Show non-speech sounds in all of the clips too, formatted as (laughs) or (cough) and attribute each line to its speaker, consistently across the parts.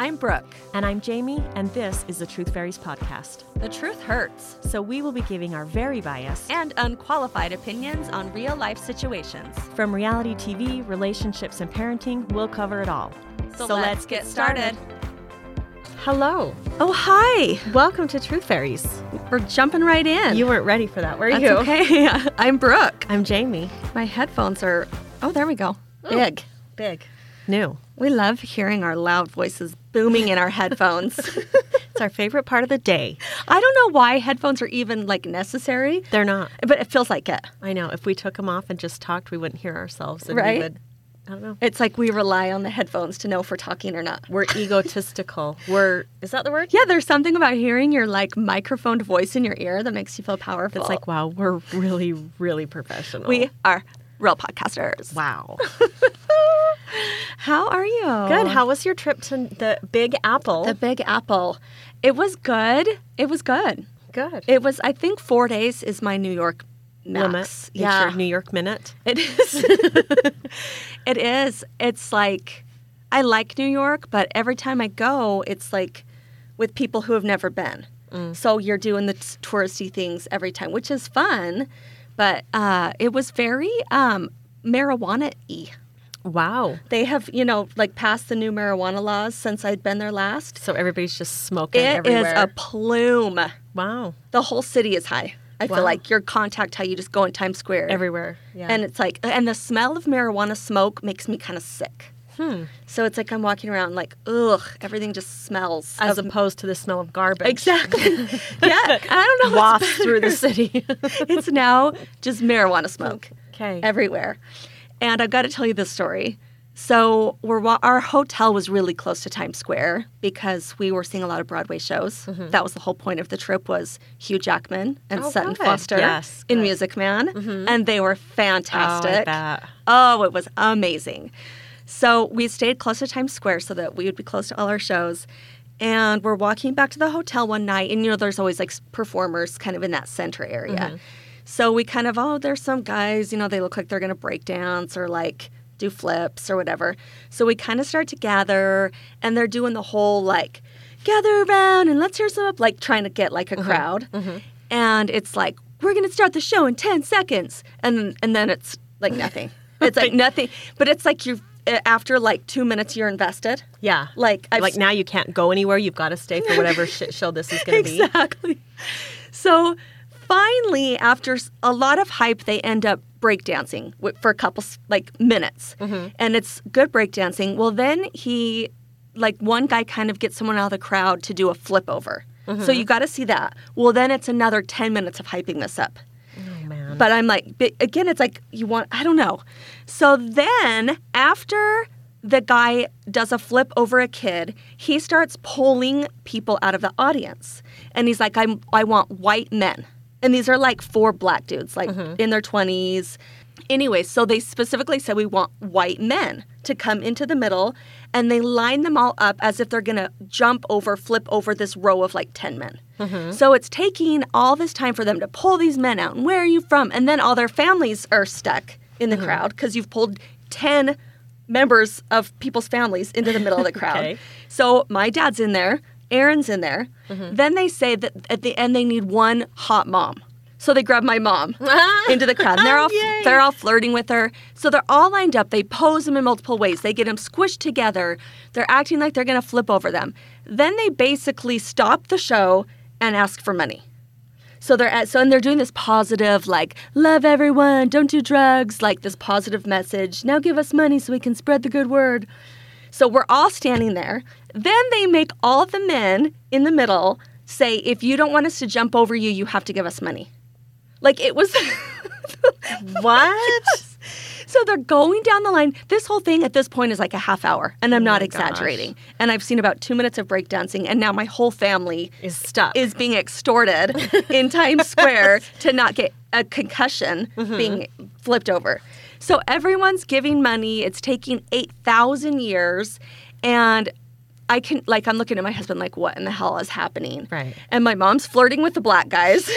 Speaker 1: I'm Brooke.
Speaker 2: And I'm Jamie, and this is the Truth Fairies podcast.
Speaker 1: The truth hurts,
Speaker 2: So we will be giving our very biased,
Speaker 1: and unqualified opinions on real life situations.
Speaker 2: from reality TV, relationships, and parenting, we'll cover it all.
Speaker 1: So, let's get started.
Speaker 2: Hello.
Speaker 1: Oh, hi.
Speaker 2: Welcome to Truth Fairies.
Speaker 1: We're jumping right in.
Speaker 2: You weren't ready for that, were
Speaker 1: That's
Speaker 2: you?
Speaker 1: okay. (laughs) I'm Brooke.
Speaker 2: I'm Jamie.
Speaker 1: My headphones are, oh, there we go. Big.
Speaker 2: Big. New.
Speaker 1: We love hearing our loud voices booming in our headphones. (laughs)
Speaker 2: It's our favorite part of the day.
Speaker 1: I don't know why headphones are even like necessary,
Speaker 2: They're not.
Speaker 1: but it feels like it.
Speaker 2: I know. If we took them off and just talked, we wouldn't hear ourselves. And
Speaker 1: Right.
Speaker 2: We would, I don't know.
Speaker 1: It's like we rely on the headphones to know if we're talking or not.
Speaker 2: We're egotistical. We're, is that the word?
Speaker 1: Yeah, there's something about hearing your like microphoned voice in your ear that makes you feel powerful.
Speaker 2: It's like, wow, we're really, really professional.
Speaker 1: we are real podcasters.
Speaker 2: Wow.
Speaker 1: How are you?
Speaker 2: Good. How was your trip to the Big Apple?
Speaker 1: Um, the Big Apple? It was good. It was good.
Speaker 2: Good.
Speaker 1: It was. I think four days is my New York max.
Speaker 2: Limit. It's your New York minute.
Speaker 1: It is. (laughs) it is. It's like I like New York, but every time I go, it's like with people who have never been.
Speaker 2: Mm.
Speaker 1: So you're doing the t- touristy things every time, which is fun, but uh, it was very um, marijuana y.
Speaker 2: Wow.
Speaker 1: They have, you know, like passed the new marijuana laws since I'd been there last.
Speaker 2: So everybody's just smoking
Speaker 1: It is
Speaker 2: everywhere.
Speaker 1: a plume.
Speaker 2: wow.
Speaker 1: The whole city is high. I
Speaker 2: Wow.
Speaker 1: feel like your contact high, you just go in Times Square.
Speaker 2: Everywhere. Yeah.
Speaker 1: And it's like, and the smell of marijuana smoke makes me kind of sick.
Speaker 2: Hmm.
Speaker 1: So it's like I'm walking around like, ugh, everything just smells.
Speaker 2: as
Speaker 1: of-
Speaker 2: opposed to the smell of
Speaker 1: (laughs)
Speaker 2: garbage. (laughs)
Speaker 1: exactly. yeah, I don't know. what's
Speaker 2: Wafts through
Speaker 1: (laughs)
Speaker 2: the city.
Speaker 1: better. it's now just marijuana smoke
Speaker 2: okay.
Speaker 1: everywhere. And I've got to tell you this story. So we're wa- our hotel was really close to Times Square because we were seeing a lot of Broadway shows. That was the whole point of the trip was Hugh Jackman and
Speaker 2: Mm-hmm. Oh,
Speaker 1: Sutton
Speaker 2: good.
Speaker 1: Foster
Speaker 2: Yes,
Speaker 1: in
Speaker 2: good.
Speaker 1: Music Man, and they were fantastic.
Speaker 2: bet.
Speaker 1: Oh, it was amazing. So we stayed close to Times Square so that we would be close to all our shows. And we're walking back to the hotel one night, and you know, there's always like s- performers kind of in that center area. So we kind of, oh, there's some guys, you know, they look like they're going to break dance or like do flips or whatever. So we kind of start to gather, and they're doing the whole like, gather around and let's hear some, of- like trying to get like a crowd. And it's like, we're going to start the show in 10 seconds. And, and then it's like nothing. It's like nothing, but it's like you after like two minutes you're invested.
Speaker 2: Yeah.
Speaker 1: Like I've
Speaker 2: like now you can't go anywhere. You've got to stay
Speaker 1: (laughs)
Speaker 2: for whatever shit show this is going to be.
Speaker 1: exactly. So finally, after s- a lot of hype, they end up breakdancing wi- for a couple s- like minutes, and it's good breakdancing. Well, then he, like one guy, kind of gets someone out of the crowd to do a flip over. So you got to see that. Well, then it's another ten minutes of hyping this up.
Speaker 2: Oh man.
Speaker 1: But I'm like, but again, it's like you want, I don't know. So then after the guy does a flip over a kid, he starts pulling people out of the audience. And he's like, I'm, I want white men. And these are like four black dudes, like in their 20s. Anyway, so they specifically said we want white men to come into the middle and they line them all up as if they're going to jump over, flip over this row of like 10 men. So it's taking all this time for them to pull these men out. And where are you from? And then all their families are stuck in the crowd because you've pulled 10 members of people's families into the middle of the crowd.
Speaker 2: Okay.
Speaker 1: So my dad's in there, Aaron's in there. Then they say that at the end they need one hot mom. So they grab my mom into the crowd. And they're all
Speaker 2: Yay.
Speaker 1: they're all flirting with her. So they're all lined up. They pose them in multiple ways. They get them squished together. They're acting like they're going to flip over them. Then they basically stop the show and ask for money. So they're at, so and they're doing this positive like love everyone, don't do drugs, like this positive message. Now give us money so we can spread the good word. So we're all standing there. Then they make all the men in the middle say if you don't want us to jump over you, you have to give us money. Like it was (laughs)
Speaker 2: what?
Speaker 1: So they're going down the line. This whole thing at this point is like a half hour, and I'm not
Speaker 2: Oh my gosh.
Speaker 1: exaggerating. And I've seen about two minutes of breakdancing, and now my whole family
Speaker 2: (laughs) Is stuck.
Speaker 1: is being extorted in Times Square to not get a concussion being flipped over. So everyone's giving money. It's taking 8,000 years. And I can, like, I'm looking at my husband, like, what in the hell is happening?
Speaker 2: Right.
Speaker 1: And my mom's flirting with the black guys,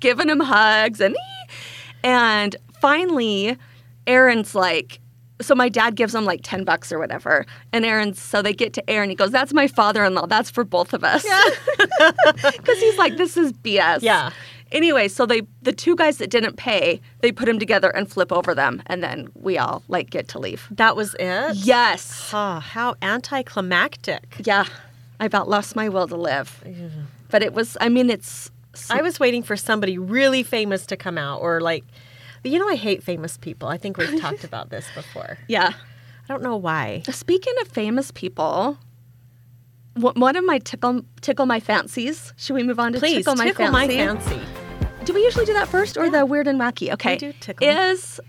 Speaker 1: giving him hugs. And, and finally, Aaron's like, so my dad gives him like 10 bucks or whatever. And Aaron, so they get to Aaron. He goes, That's my father in law. That's for both of us. Because he's like, This is BS.
Speaker 2: Yeah.
Speaker 1: Anyway, so they the two guys that didn't pay, they put them together and flip over them, and then we all like get to leave.
Speaker 2: That was it?
Speaker 1: Yes.
Speaker 2: Oh, how anticlimactic.
Speaker 1: Yeah. I about lost my will to live. But it was I mean it's
Speaker 2: I was waiting for somebody really famous to come out or like but you know I hate famous people. I think we've talked about this before.
Speaker 1: yeah.
Speaker 2: I don't know why.
Speaker 1: Speaking of famous people, wh- one of my tickle tickle my fancies. Should we move on to
Speaker 2: Please
Speaker 1: tickle my fancy?
Speaker 2: fancy.
Speaker 1: Do we usually do that first or the weird and wacky? Okay.
Speaker 2: do tickle.
Speaker 1: Is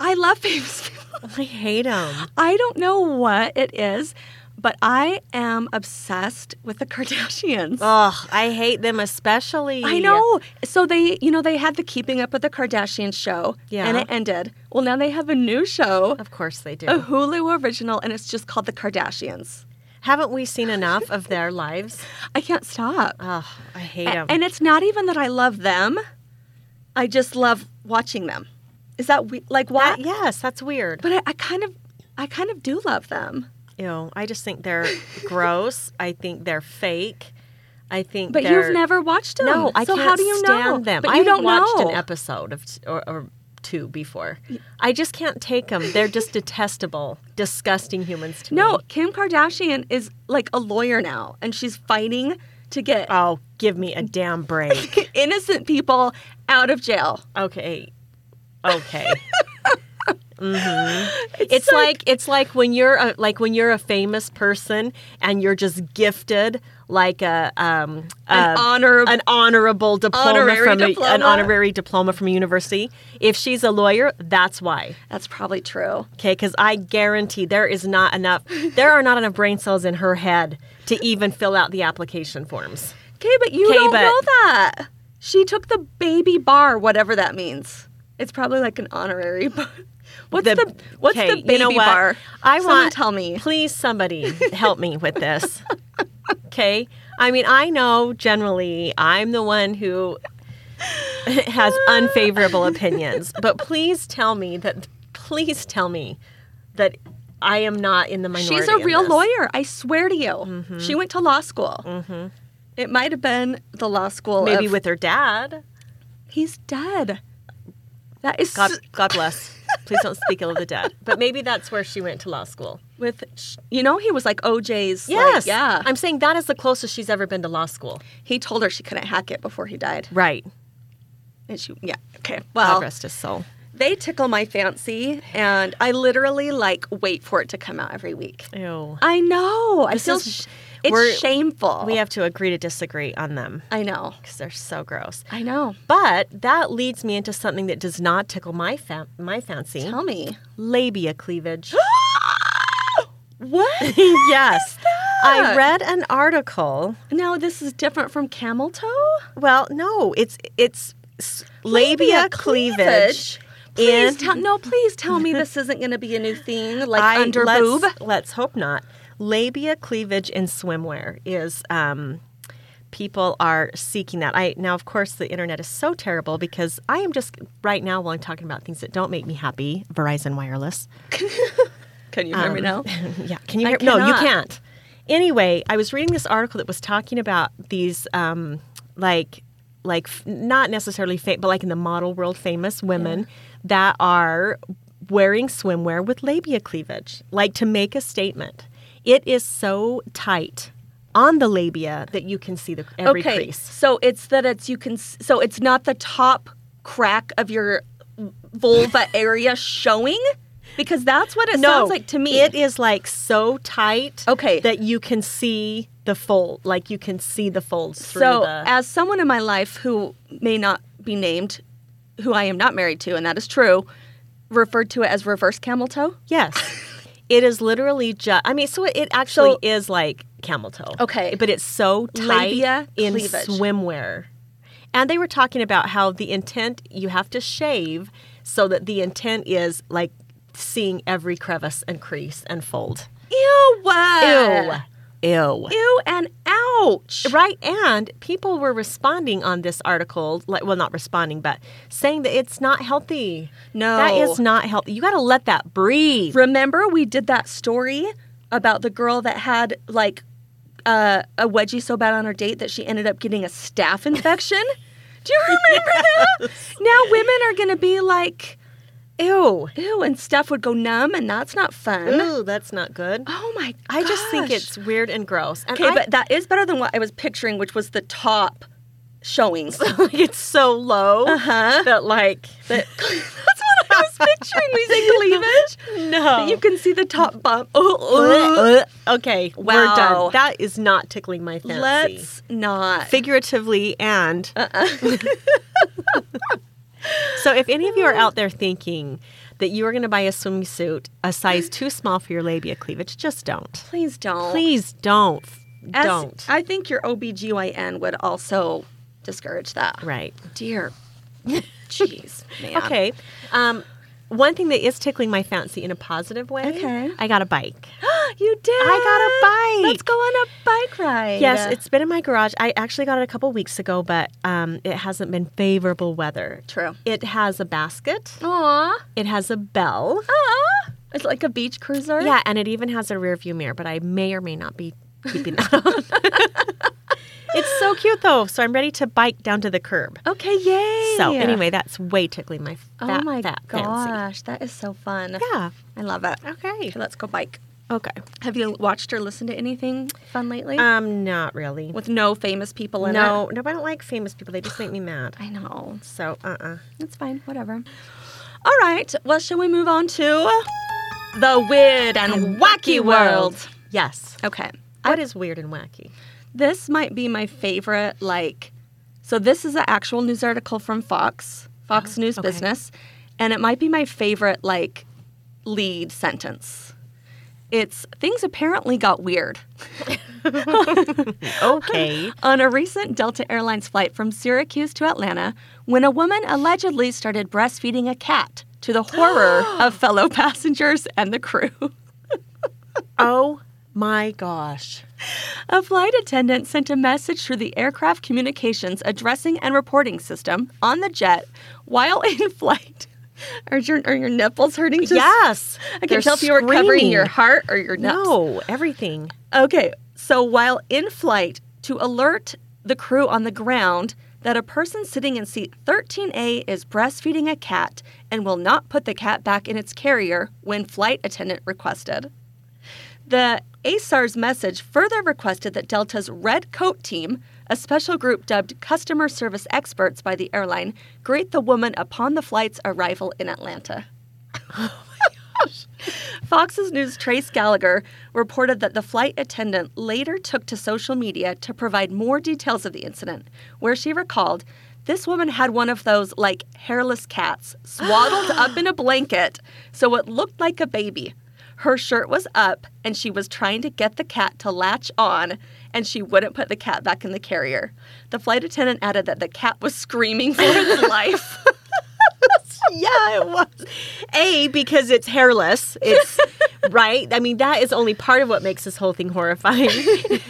Speaker 1: I love (laughs) famous people.
Speaker 2: I hate them.
Speaker 1: I don't know what it is, but I am obsessed with the (laughs) Kardashians.
Speaker 2: Ugh, I hate them especially.
Speaker 1: I know. So they, you know, they had the Keeping Up with the Kardashians show,
Speaker 2: Yeah.
Speaker 1: and it ended. Well, now they have a new show,
Speaker 2: Of course they do.
Speaker 1: a Hulu original, and it's just called The Kardashians.
Speaker 2: Haven't we seen enough of their lives?
Speaker 1: I can't stop.
Speaker 2: Ugh, I hate
Speaker 1: A-
Speaker 2: them.
Speaker 1: and it's not even that I love them. I just love watching them. Is that we- like why?
Speaker 2: That- Uh, yes, that's weird.
Speaker 1: But I, I kind of, I kind of do love them.
Speaker 2: Ew, I just think (laughs) they're gross. I think they're fake. I think
Speaker 1: But
Speaker 2: they're,
Speaker 1: you've never watched them.
Speaker 2: No, I
Speaker 1: so
Speaker 2: can't
Speaker 1: how do you
Speaker 2: stand
Speaker 1: know?
Speaker 2: them.
Speaker 1: But
Speaker 2: I
Speaker 1: you
Speaker 2: have
Speaker 1: don't
Speaker 2: watched
Speaker 1: know.
Speaker 2: an episode of t- or, or two before. I just can't take them. They're just detestable, disgusting humans to me.
Speaker 1: no, Kim Kardashian is like a lawyer now, and she's fighting to get
Speaker 2: Oh, give me a damn break.
Speaker 1: innocent people out of jail.
Speaker 2: (laughs) Okay. Okay.
Speaker 1: (laughs) It's,
Speaker 2: It's
Speaker 1: so-
Speaker 2: like it's like when you're a, like when you're a famous person and you're just gifted like a um
Speaker 1: an
Speaker 2: a-
Speaker 1: honor.
Speaker 2: an honorable diploma
Speaker 1: Honorary
Speaker 2: from a- an
Speaker 1: diploma.
Speaker 2: honorary diploma from a university. If she's a lawyer, that's why.
Speaker 1: that's probably true.
Speaker 2: Okay, because I guarantee there is not enough. There are not enough brain cells in her head to even fill out the application forms.
Speaker 1: Okay, but you
Speaker 2: 'Kay,
Speaker 1: don't
Speaker 2: but-
Speaker 1: know that. She took the baby bar, whatever that means. It's probably like an honorary bar. (laughs) What's the,
Speaker 2: The-
Speaker 1: what's
Speaker 2: okay,
Speaker 1: the
Speaker 2: you
Speaker 1: baby
Speaker 2: know what?
Speaker 1: bar?
Speaker 2: I
Speaker 1: Someone
Speaker 2: want-
Speaker 1: tell me. (laughs)
Speaker 2: Please, somebody help me with this. Okay, I mean I know generally I'm the one
Speaker 1: (laughs)
Speaker 2: who has unfavorable opinions, but please tell me that. Please tell me that I am not in the minority.
Speaker 1: She's a
Speaker 2: in
Speaker 1: real
Speaker 2: this. Mm-hmm.
Speaker 1: lawyer. I swear to you. She went to law school. It might have been the law school.
Speaker 2: Maybe
Speaker 1: of-
Speaker 2: with her dad.
Speaker 1: he's dead. That is
Speaker 2: (laughs) God,
Speaker 1: s-
Speaker 2: God bless. Please don't speak ill of the dead. But maybe that's where she went to law school.
Speaker 1: with you know he was like OJ's. like,
Speaker 2: Yes.
Speaker 1: yeah.
Speaker 2: I'm saying that is the closest she's ever been to law school.
Speaker 1: he told her she couldn't hack it before he died,
Speaker 2: Right.
Speaker 1: and she yeah okay
Speaker 2: God
Speaker 1: well
Speaker 2: rest his soul.
Speaker 1: they tickle my fancy, and I literally like wait for it to come out every week.
Speaker 2: Ew.
Speaker 1: I know. I
Speaker 2: This
Speaker 1: feel
Speaker 2: is-
Speaker 1: sh-
Speaker 2: we're-
Speaker 1: it's shameful.
Speaker 2: We have to agree to disagree on them
Speaker 1: I know.
Speaker 2: because they're so gross.
Speaker 1: I know.
Speaker 2: But that leads me into something that does not tickle my fa- my fancy:
Speaker 1: Tell me. (gasps)
Speaker 2: labia (gasps) cleavage. (laughs)
Speaker 1: What?
Speaker 2: yes, I
Speaker 1: that?
Speaker 2: read an article.
Speaker 1: Now this is different from camel toe.
Speaker 2: Well, no, it's it's s- labia, cleavage.
Speaker 1: Please
Speaker 2: in-
Speaker 1: tell no. Please tell me this isn't going to be a new
Speaker 2: (laughs)
Speaker 1: thing, like
Speaker 2: I-
Speaker 1: under
Speaker 2: let's,
Speaker 1: boob.
Speaker 2: Let's hope not. Labia cleavage in swimwear is um, people are seeking that. I now, of course, the internet is so terrible because I am just right now while I'm talking about things that don't make me happy. Verizon Wireless.
Speaker 1: Can you hear me now?
Speaker 2: um, (laughs) yeah, can you
Speaker 1: I
Speaker 2: hear? No, you
Speaker 1: cannot.
Speaker 2: can't. Anyway, I was reading this article that was talking about these um, like like f- not necessarily fake, but like in the model world, famous women that are wearing swimwear with labia cleavage, like to make a statement. It is so tight on the labia that you can see the every
Speaker 1: okay,
Speaker 2: crease.
Speaker 1: so it's that it's you can. s- So it's not the top crack of your vulva area showing, because that's what it sounds like to me.
Speaker 2: It is like so tight
Speaker 1: Okay.
Speaker 2: that you can see the fold, like you can see the folds through
Speaker 1: So,
Speaker 2: the
Speaker 1: as someone in my life who may not be named, who I am not married to, and that is true, referred to it as reverse camel toe.
Speaker 2: Yes. It is literally just. I mean, so it, it actually
Speaker 1: So-
Speaker 2: is like camel toe.
Speaker 1: Okay.
Speaker 2: But it's so tight
Speaker 1: Labia
Speaker 2: in
Speaker 1: cleavage.
Speaker 2: swimwear. And they were talking about how the intent you have to shave so that the intent is like seeing every crevice and crease and fold.
Speaker 1: Ew!
Speaker 2: Ew. Ew.
Speaker 1: Ew and ow! Ouch.
Speaker 2: Right, and people were responding on this article, like well, not responding, but saying that it's not healthy.
Speaker 1: No.
Speaker 2: that is not healthy. You got to let that breathe.
Speaker 1: Remember, we did that story about the girl that had like uh, a wedgie so bad on her date that she ended up getting a staph infection. Do
Speaker 2: (laughs)
Speaker 1: you remember that? Now women are going to be like,
Speaker 2: Ew,
Speaker 1: ew, and stuff would go numb, and that's not fun.
Speaker 2: (laughs) ooh, that's not good.
Speaker 1: Oh my!
Speaker 2: I just think
Speaker 1: gosh.
Speaker 2: it's weird and gross. And
Speaker 1: okay,
Speaker 2: I- (laughs)
Speaker 1: but that is better than what I was picturing, which was the top
Speaker 2: (laughs)
Speaker 1: showings. (laughs)
Speaker 2: like it's so low
Speaker 1: Uh-huh. (laughs)
Speaker 2: that like
Speaker 1: That- that's what I was picturing. We say cleavage.
Speaker 2: (laughs) no.
Speaker 1: But you can see the top bump. Oh,
Speaker 2: Uh, okay, we're
Speaker 1: Wow.
Speaker 2: done. That is not tickling my fancy.
Speaker 1: Let's not.
Speaker 2: figuratively and Uh-uh.
Speaker 1: (laughs)
Speaker 2: so if any of you are out there thinking that you are going to buy a swimsuit a size too small for your labia cleavage just don't
Speaker 1: Please don't.
Speaker 2: please don't
Speaker 1: As-
Speaker 2: don't
Speaker 1: I think your OBGYN would also discourage that.
Speaker 2: right (laughs)
Speaker 1: Dear. Jeez, man.
Speaker 2: okay um, one thing that is tickling my fancy in a positive way
Speaker 1: Okay.
Speaker 2: i got a bike
Speaker 1: (gasps) you did.
Speaker 2: I got a
Speaker 1: Let's go on a bike ride.
Speaker 2: Yes, it's been in my garage. I actually got it a couple weeks ago, but um, it hasn't been favorable weather.
Speaker 1: true.
Speaker 2: It has a basket.
Speaker 1: Aww.
Speaker 2: It has a bell.
Speaker 1: Aww. It's like a beach cruiser.
Speaker 2: Yeah, and it even has a rear view mirror, but I may or may not be keeping that on.
Speaker 1: (laughs)
Speaker 2: it's so cute though, so I'm ready to bike down to the curb.
Speaker 1: Okay, yay.
Speaker 2: So anyway, that's way tickling my
Speaker 1: Oh
Speaker 2: fat,
Speaker 1: my
Speaker 2: fat fancy.
Speaker 1: gosh, that is so fun.
Speaker 2: Yeah.
Speaker 1: I love it.
Speaker 2: Okay.
Speaker 1: Okay, let's go bike.
Speaker 2: Okay.
Speaker 1: Have you watched or listened to anything fun lately?
Speaker 2: Um, not really.
Speaker 1: With no famous people in it?
Speaker 2: No, no, I don't like famous people. They just make me mad.
Speaker 1: I know.
Speaker 2: So uh uh
Speaker 1: It's fine. Whatever. All right. Well, shall we move on to the weird and wacky world?
Speaker 2: Yes.
Speaker 1: Okay.
Speaker 2: What is weird and wacky?
Speaker 1: This might be my favorite. Like, so this is an actual news article from Fox, Fox News
Speaker 2: okay.
Speaker 1: Business, and it might be my favorite, like, lead sentence. It's things apparently got weird.
Speaker 2: Okay.
Speaker 1: On a recent Delta Airlines flight from Syracuse to Atlanta, when a woman allegedly started breastfeeding a cat to the horror of fellow passengers and the crew.
Speaker 2: (laughs) oh my gosh.
Speaker 1: A flight attendant sent a message through the aircraft communications addressing and reporting system on the jet while (laughs) in flight. Are your, are your nipples hurting? Just-
Speaker 2: yes.
Speaker 1: I can tell if you were covering your heart or your nips.
Speaker 2: No, everything.
Speaker 1: Okay, so while in flight, to alert the crew on the ground that a person sitting in seat 13A is breastfeeding a cat and will not put the cat back in its carrier when flight attendant requested. The ASAR's message further requested that Delta's Red Coat team, a special group dubbed Customer Service Experts by the airline, greet the woman upon the flight's arrival in Atlanta. Fox's News' Trace Gallagher reported that the flight attendant later took to social media to provide more details of the incident, where she recalled this woman had one of those, like, hairless cats swaddled up in a blanket so it looked like a baby. Her shirt was up, and she was trying to get the cat to latch on, and she wouldn't put the cat back in the carrier. The flight attendant added that the cat was screaming for its life.
Speaker 2: (laughs) yeah, it was. A because it's hairless. It's right. I mean, that is only part of what makes this whole thing horrifying.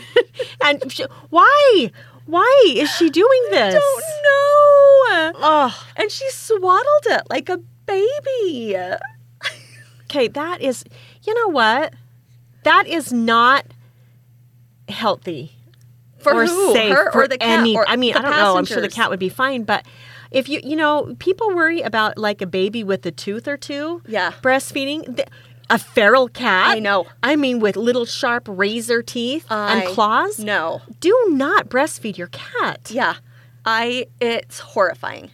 Speaker 2: (laughs) and sh why? Why is she doing this?
Speaker 1: Don't know.
Speaker 2: Oh,
Speaker 1: And she swaddled it like a baby.
Speaker 2: okay. That is. You know what? That is not healthy
Speaker 1: For
Speaker 2: or
Speaker 1: who?
Speaker 2: safe
Speaker 1: Her
Speaker 2: for
Speaker 1: or the cat?
Speaker 2: any-
Speaker 1: or
Speaker 2: I mean,
Speaker 1: the
Speaker 2: I don't know. I'm sure the
Speaker 1: passengers?
Speaker 2: cat would be fine, but. If you, you know, people worry about like a baby with a tooth or two.
Speaker 1: Yeah.
Speaker 2: breastfeeding. Th- A feral cat.
Speaker 1: I know.
Speaker 2: I mean, with little sharp razor teeth
Speaker 1: I-
Speaker 2: and claws.
Speaker 1: No.
Speaker 2: Do not breastfeed your
Speaker 1: (laughs)
Speaker 2: cat.
Speaker 1: Yeah. I. It's
Speaker 2: (laughs)
Speaker 1: horrifying.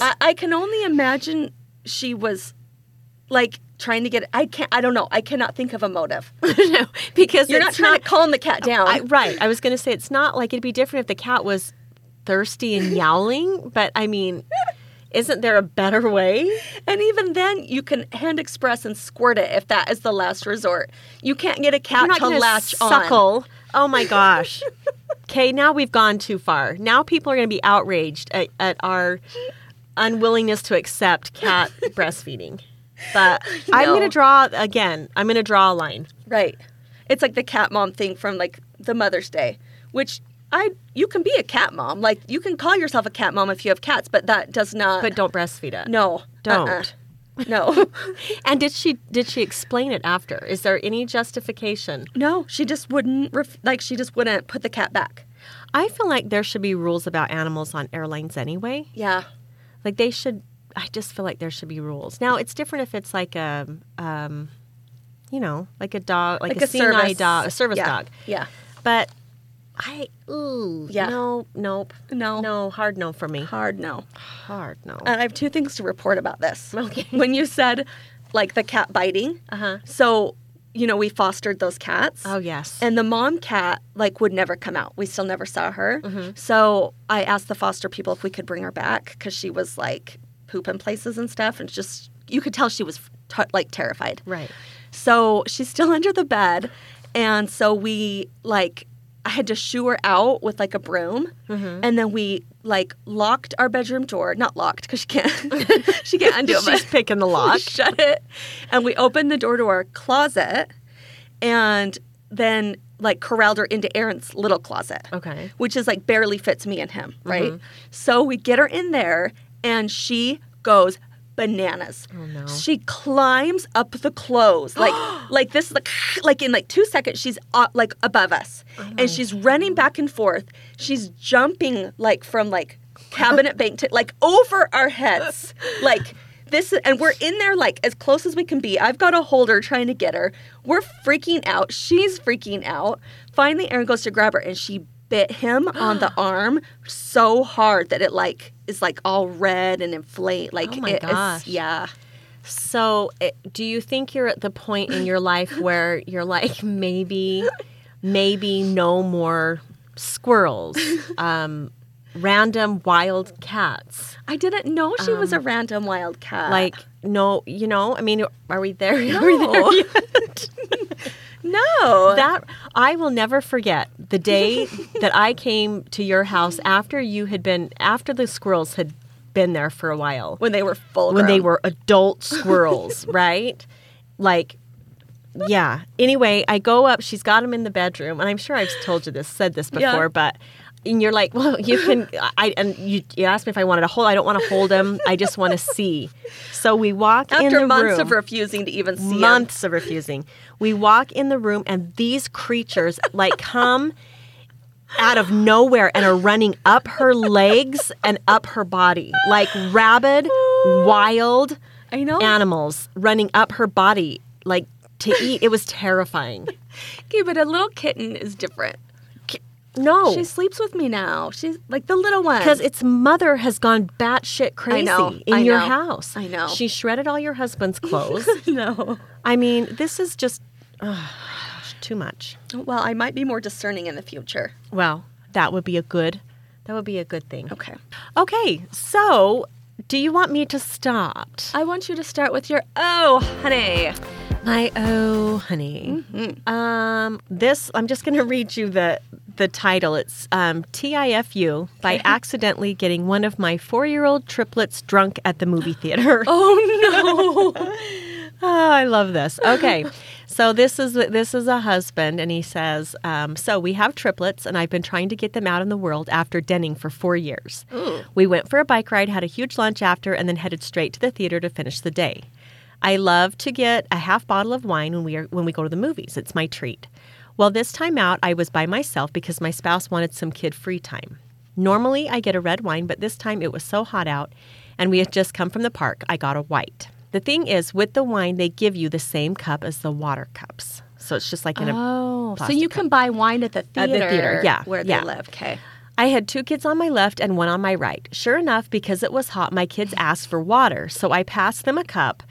Speaker 1: I, I can only imagine she was, like, trying to get. I can't. I don't know. I cannot think of a
Speaker 2: (laughs)
Speaker 1: motive.
Speaker 2: no, because
Speaker 1: You're not
Speaker 2: it's
Speaker 1: trying to calm the cat down.
Speaker 2: I, right. I was going to say it's not like it'd be different if the cat was thirsty (laughs) and yowling, but I mean, isn't there a better way?
Speaker 1: and even then, you can hand express and squirt it if that is the last resort. You can't get a cat
Speaker 2: You're not
Speaker 1: to
Speaker 2: gonna
Speaker 1: latch on.
Speaker 2: suckle. Oh my gosh. Okay, now we've gone too far. Now people are going to be outraged at, at our unwillingness to accept (laughs) cat breastfeeding. But I'm
Speaker 1: No.
Speaker 2: going to draw again. I'm going to draw a line.
Speaker 1: Right. It's like the cat mom thing from like the Mother's Day, which I you can be a cat mom. Like you can call yourself a cat mom if you have cats, but that does not
Speaker 2: But don't breastfeed it.
Speaker 1: no.
Speaker 2: Don't.
Speaker 1: (laughs) Uh-uh. No.
Speaker 2: And did she did she explain it after? Is there any justification?
Speaker 1: (laughs) no, she just wouldn't ref- like she just wouldn't put the cat back.
Speaker 2: I feel like there should be rules about animals on airlines anyway.
Speaker 1: Yeah.
Speaker 2: Like they should. I just feel like there should be rules. Now it's different if it's like a, um, you know, like a dog, like,
Speaker 1: Like
Speaker 2: a,
Speaker 1: a
Speaker 2: senile
Speaker 1: service-
Speaker 2: dog, a service
Speaker 1: yeah,
Speaker 2: dog.
Speaker 1: yeah.
Speaker 2: But I, ooh,
Speaker 1: Yeah.
Speaker 2: no, nope,
Speaker 1: No. Oh.
Speaker 2: no, hard no for me.
Speaker 1: Hard no.
Speaker 2: Hard no.
Speaker 1: And I have two things to report about this. (laughs)
Speaker 2: Okay.
Speaker 1: When you said like the cat biting.
Speaker 2: Uh-huh.
Speaker 1: So, you know, we fostered those cats.
Speaker 2: oh yes.
Speaker 1: And the mom cat like would never come out. We still never saw her. So I asked the foster people if we could bring her back because she was like pooping places and stuff, and just you could tell she was t- like terrified.
Speaker 2: right.
Speaker 1: So she's still (laughs) under the bed, and so we like I had to shoo her out with like a broom, and then we like locked our bedroom door. Not locked because she can't (laughs) she can't undo it. but-
Speaker 2: (laughs) She's picking the
Speaker 1: (laughs)
Speaker 2: lock.
Speaker 1: we shut it, and we opened the door to our closet, and then like corralled her into Aaron's little closet.
Speaker 2: (laughs) Okay. Mm-hmm.
Speaker 1: Which is like barely fits me and him, right? So we get her in there, and she goes bananas.
Speaker 2: Oh, no.
Speaker 1: She climbs up the clothes
Speaker 2: (gasps)
Speaker 1: like like this like (sighs) like in like two seconds she's uh, like above us,
Speaker 2: Uh-huh.
Speaker 1: and she's running back and forth. She's jumping like from like cabinet bank to like over our
Speaker 2: (laughs)
Speaker 1: heads like. This and we're in there like as close as we can be. I've got a holder trying to get her. We're freaking out. She's freaking out. Finally, Aaron goes to grab her and she bit
Speaker 2: (gasps)
Speaker 1: him on the arm so hard that it like is like all red and inflate. Like
Speaker 2: Oh my
Speaker 1: it is-
Speaker 2: gosh.
Speaker 1: yeah.
Speaker 2: So, eh, do you think you're at the point in your life where you're like, maybe, maybe no more squirrels, um, random wild cats?
Speaker 1: I didn't know she was a random wild cat.
Speaker 2: Like, no, you know, I mean, are we there? (laughs) Are we there? yet?
Speaker 1: no.
Speaker 2: That I will never forget the day that I came to your house after you had been after the squirrels had been there for a while.
Speaker 1: when they were full
Speaker 2: when they
Speaker 1: grown.
Speaker 2: were
Speaker 1: (laughs)
Speaker 2: adult squirrels, right? Like, yeah. Anyway, I go up. She's got him in the bedroom, and I'm sure I've told you this, said this
Speaker 1: Yeah.
Speaker 2: before, but. And you're like, well, you can. I and you, you asked me if I wanted to hold. I don't want to hold him. I just want to see. So we walk in
Speaker 1: after
Speaker 2: the
Speaker 1: months
Speaker 2: room
Speaker 1: of refusing to even see 'em.
Speaker 2: months of refusing. We walk in the room, and these creatures like come out of nowhere and are running up her legs and up her body like rabid, wild
Speaker 1: I know.
Speaker 2: animals running up her body like to eat. It was terrifying.
Speaker 1: Okay, but a little kitten is different.
Speaker 2: No.
Speaker 1: She sleeps with me now. She's like the little one.
Speaker 2: because its mother has gone batshit crazy
Speaker 1: know,
Speaker 2: in
Speaker 1: I
Speaker 2: your
Speaker 1: know,
Speaker 2: house.
Speaker 1: I know.
Speaker 2: She shredded all
Speaker 1: (laughs)
Speaker 2: your husband's clothes.
Speaker 1: (laughs) no.
Speaker 2: I mean, this is just ugh, gosh, too much.
Speaker 1: Well, I might be more discerning in the future.
Speaker 2: Well, that would be a good that would be a good thing.
Speaker 1: Okay.
Speaker 2: Okay, so do you want me to start?
Speaker 1: I want you to start with your oh, honey.
Speaker 2: My oh, honey. Um, this I'm just going to read you the the title. It's um, TIFU by accidentally getting one of my four year old triplets drunk at the movie (laughs) theater.
Speaker 1: Oh (laughs) no.
Speaker 2: Oh, I love this. Okay, so this is this is a husband, and he says, um, "So we have triplets, and I've been trying to get them out in the world after denning for four years. We went for a bike ride, had a huge lunch after, and then headed straight to the theater to finish the day. I love to get a half bottle of wine when we are when we go to the movies. It's my treat. Well, this time out, I was by myself because my spouse wanted some kid free time. Normally, I get a red wine, but this time it was so hot out, and we had just come from the park. I got a white. The thing is, with the wine, they give you the same cup as the water cups. So it's just like in a.
Speaker 1: oh. So
Speaker 2: plastic
Speaker 1: you can buy wine at the
Speaker 2: At the
Speaker 1: theater,
Speaker 2: theater, yeah,
Speaker 1: where
Speaker 2: yeah.
Speaker 1: they live. Okay.
Speaker 2: I had two kids on my left and one on my right. Sure enough, because it was hot, my kids asked for water, so I passed them a cup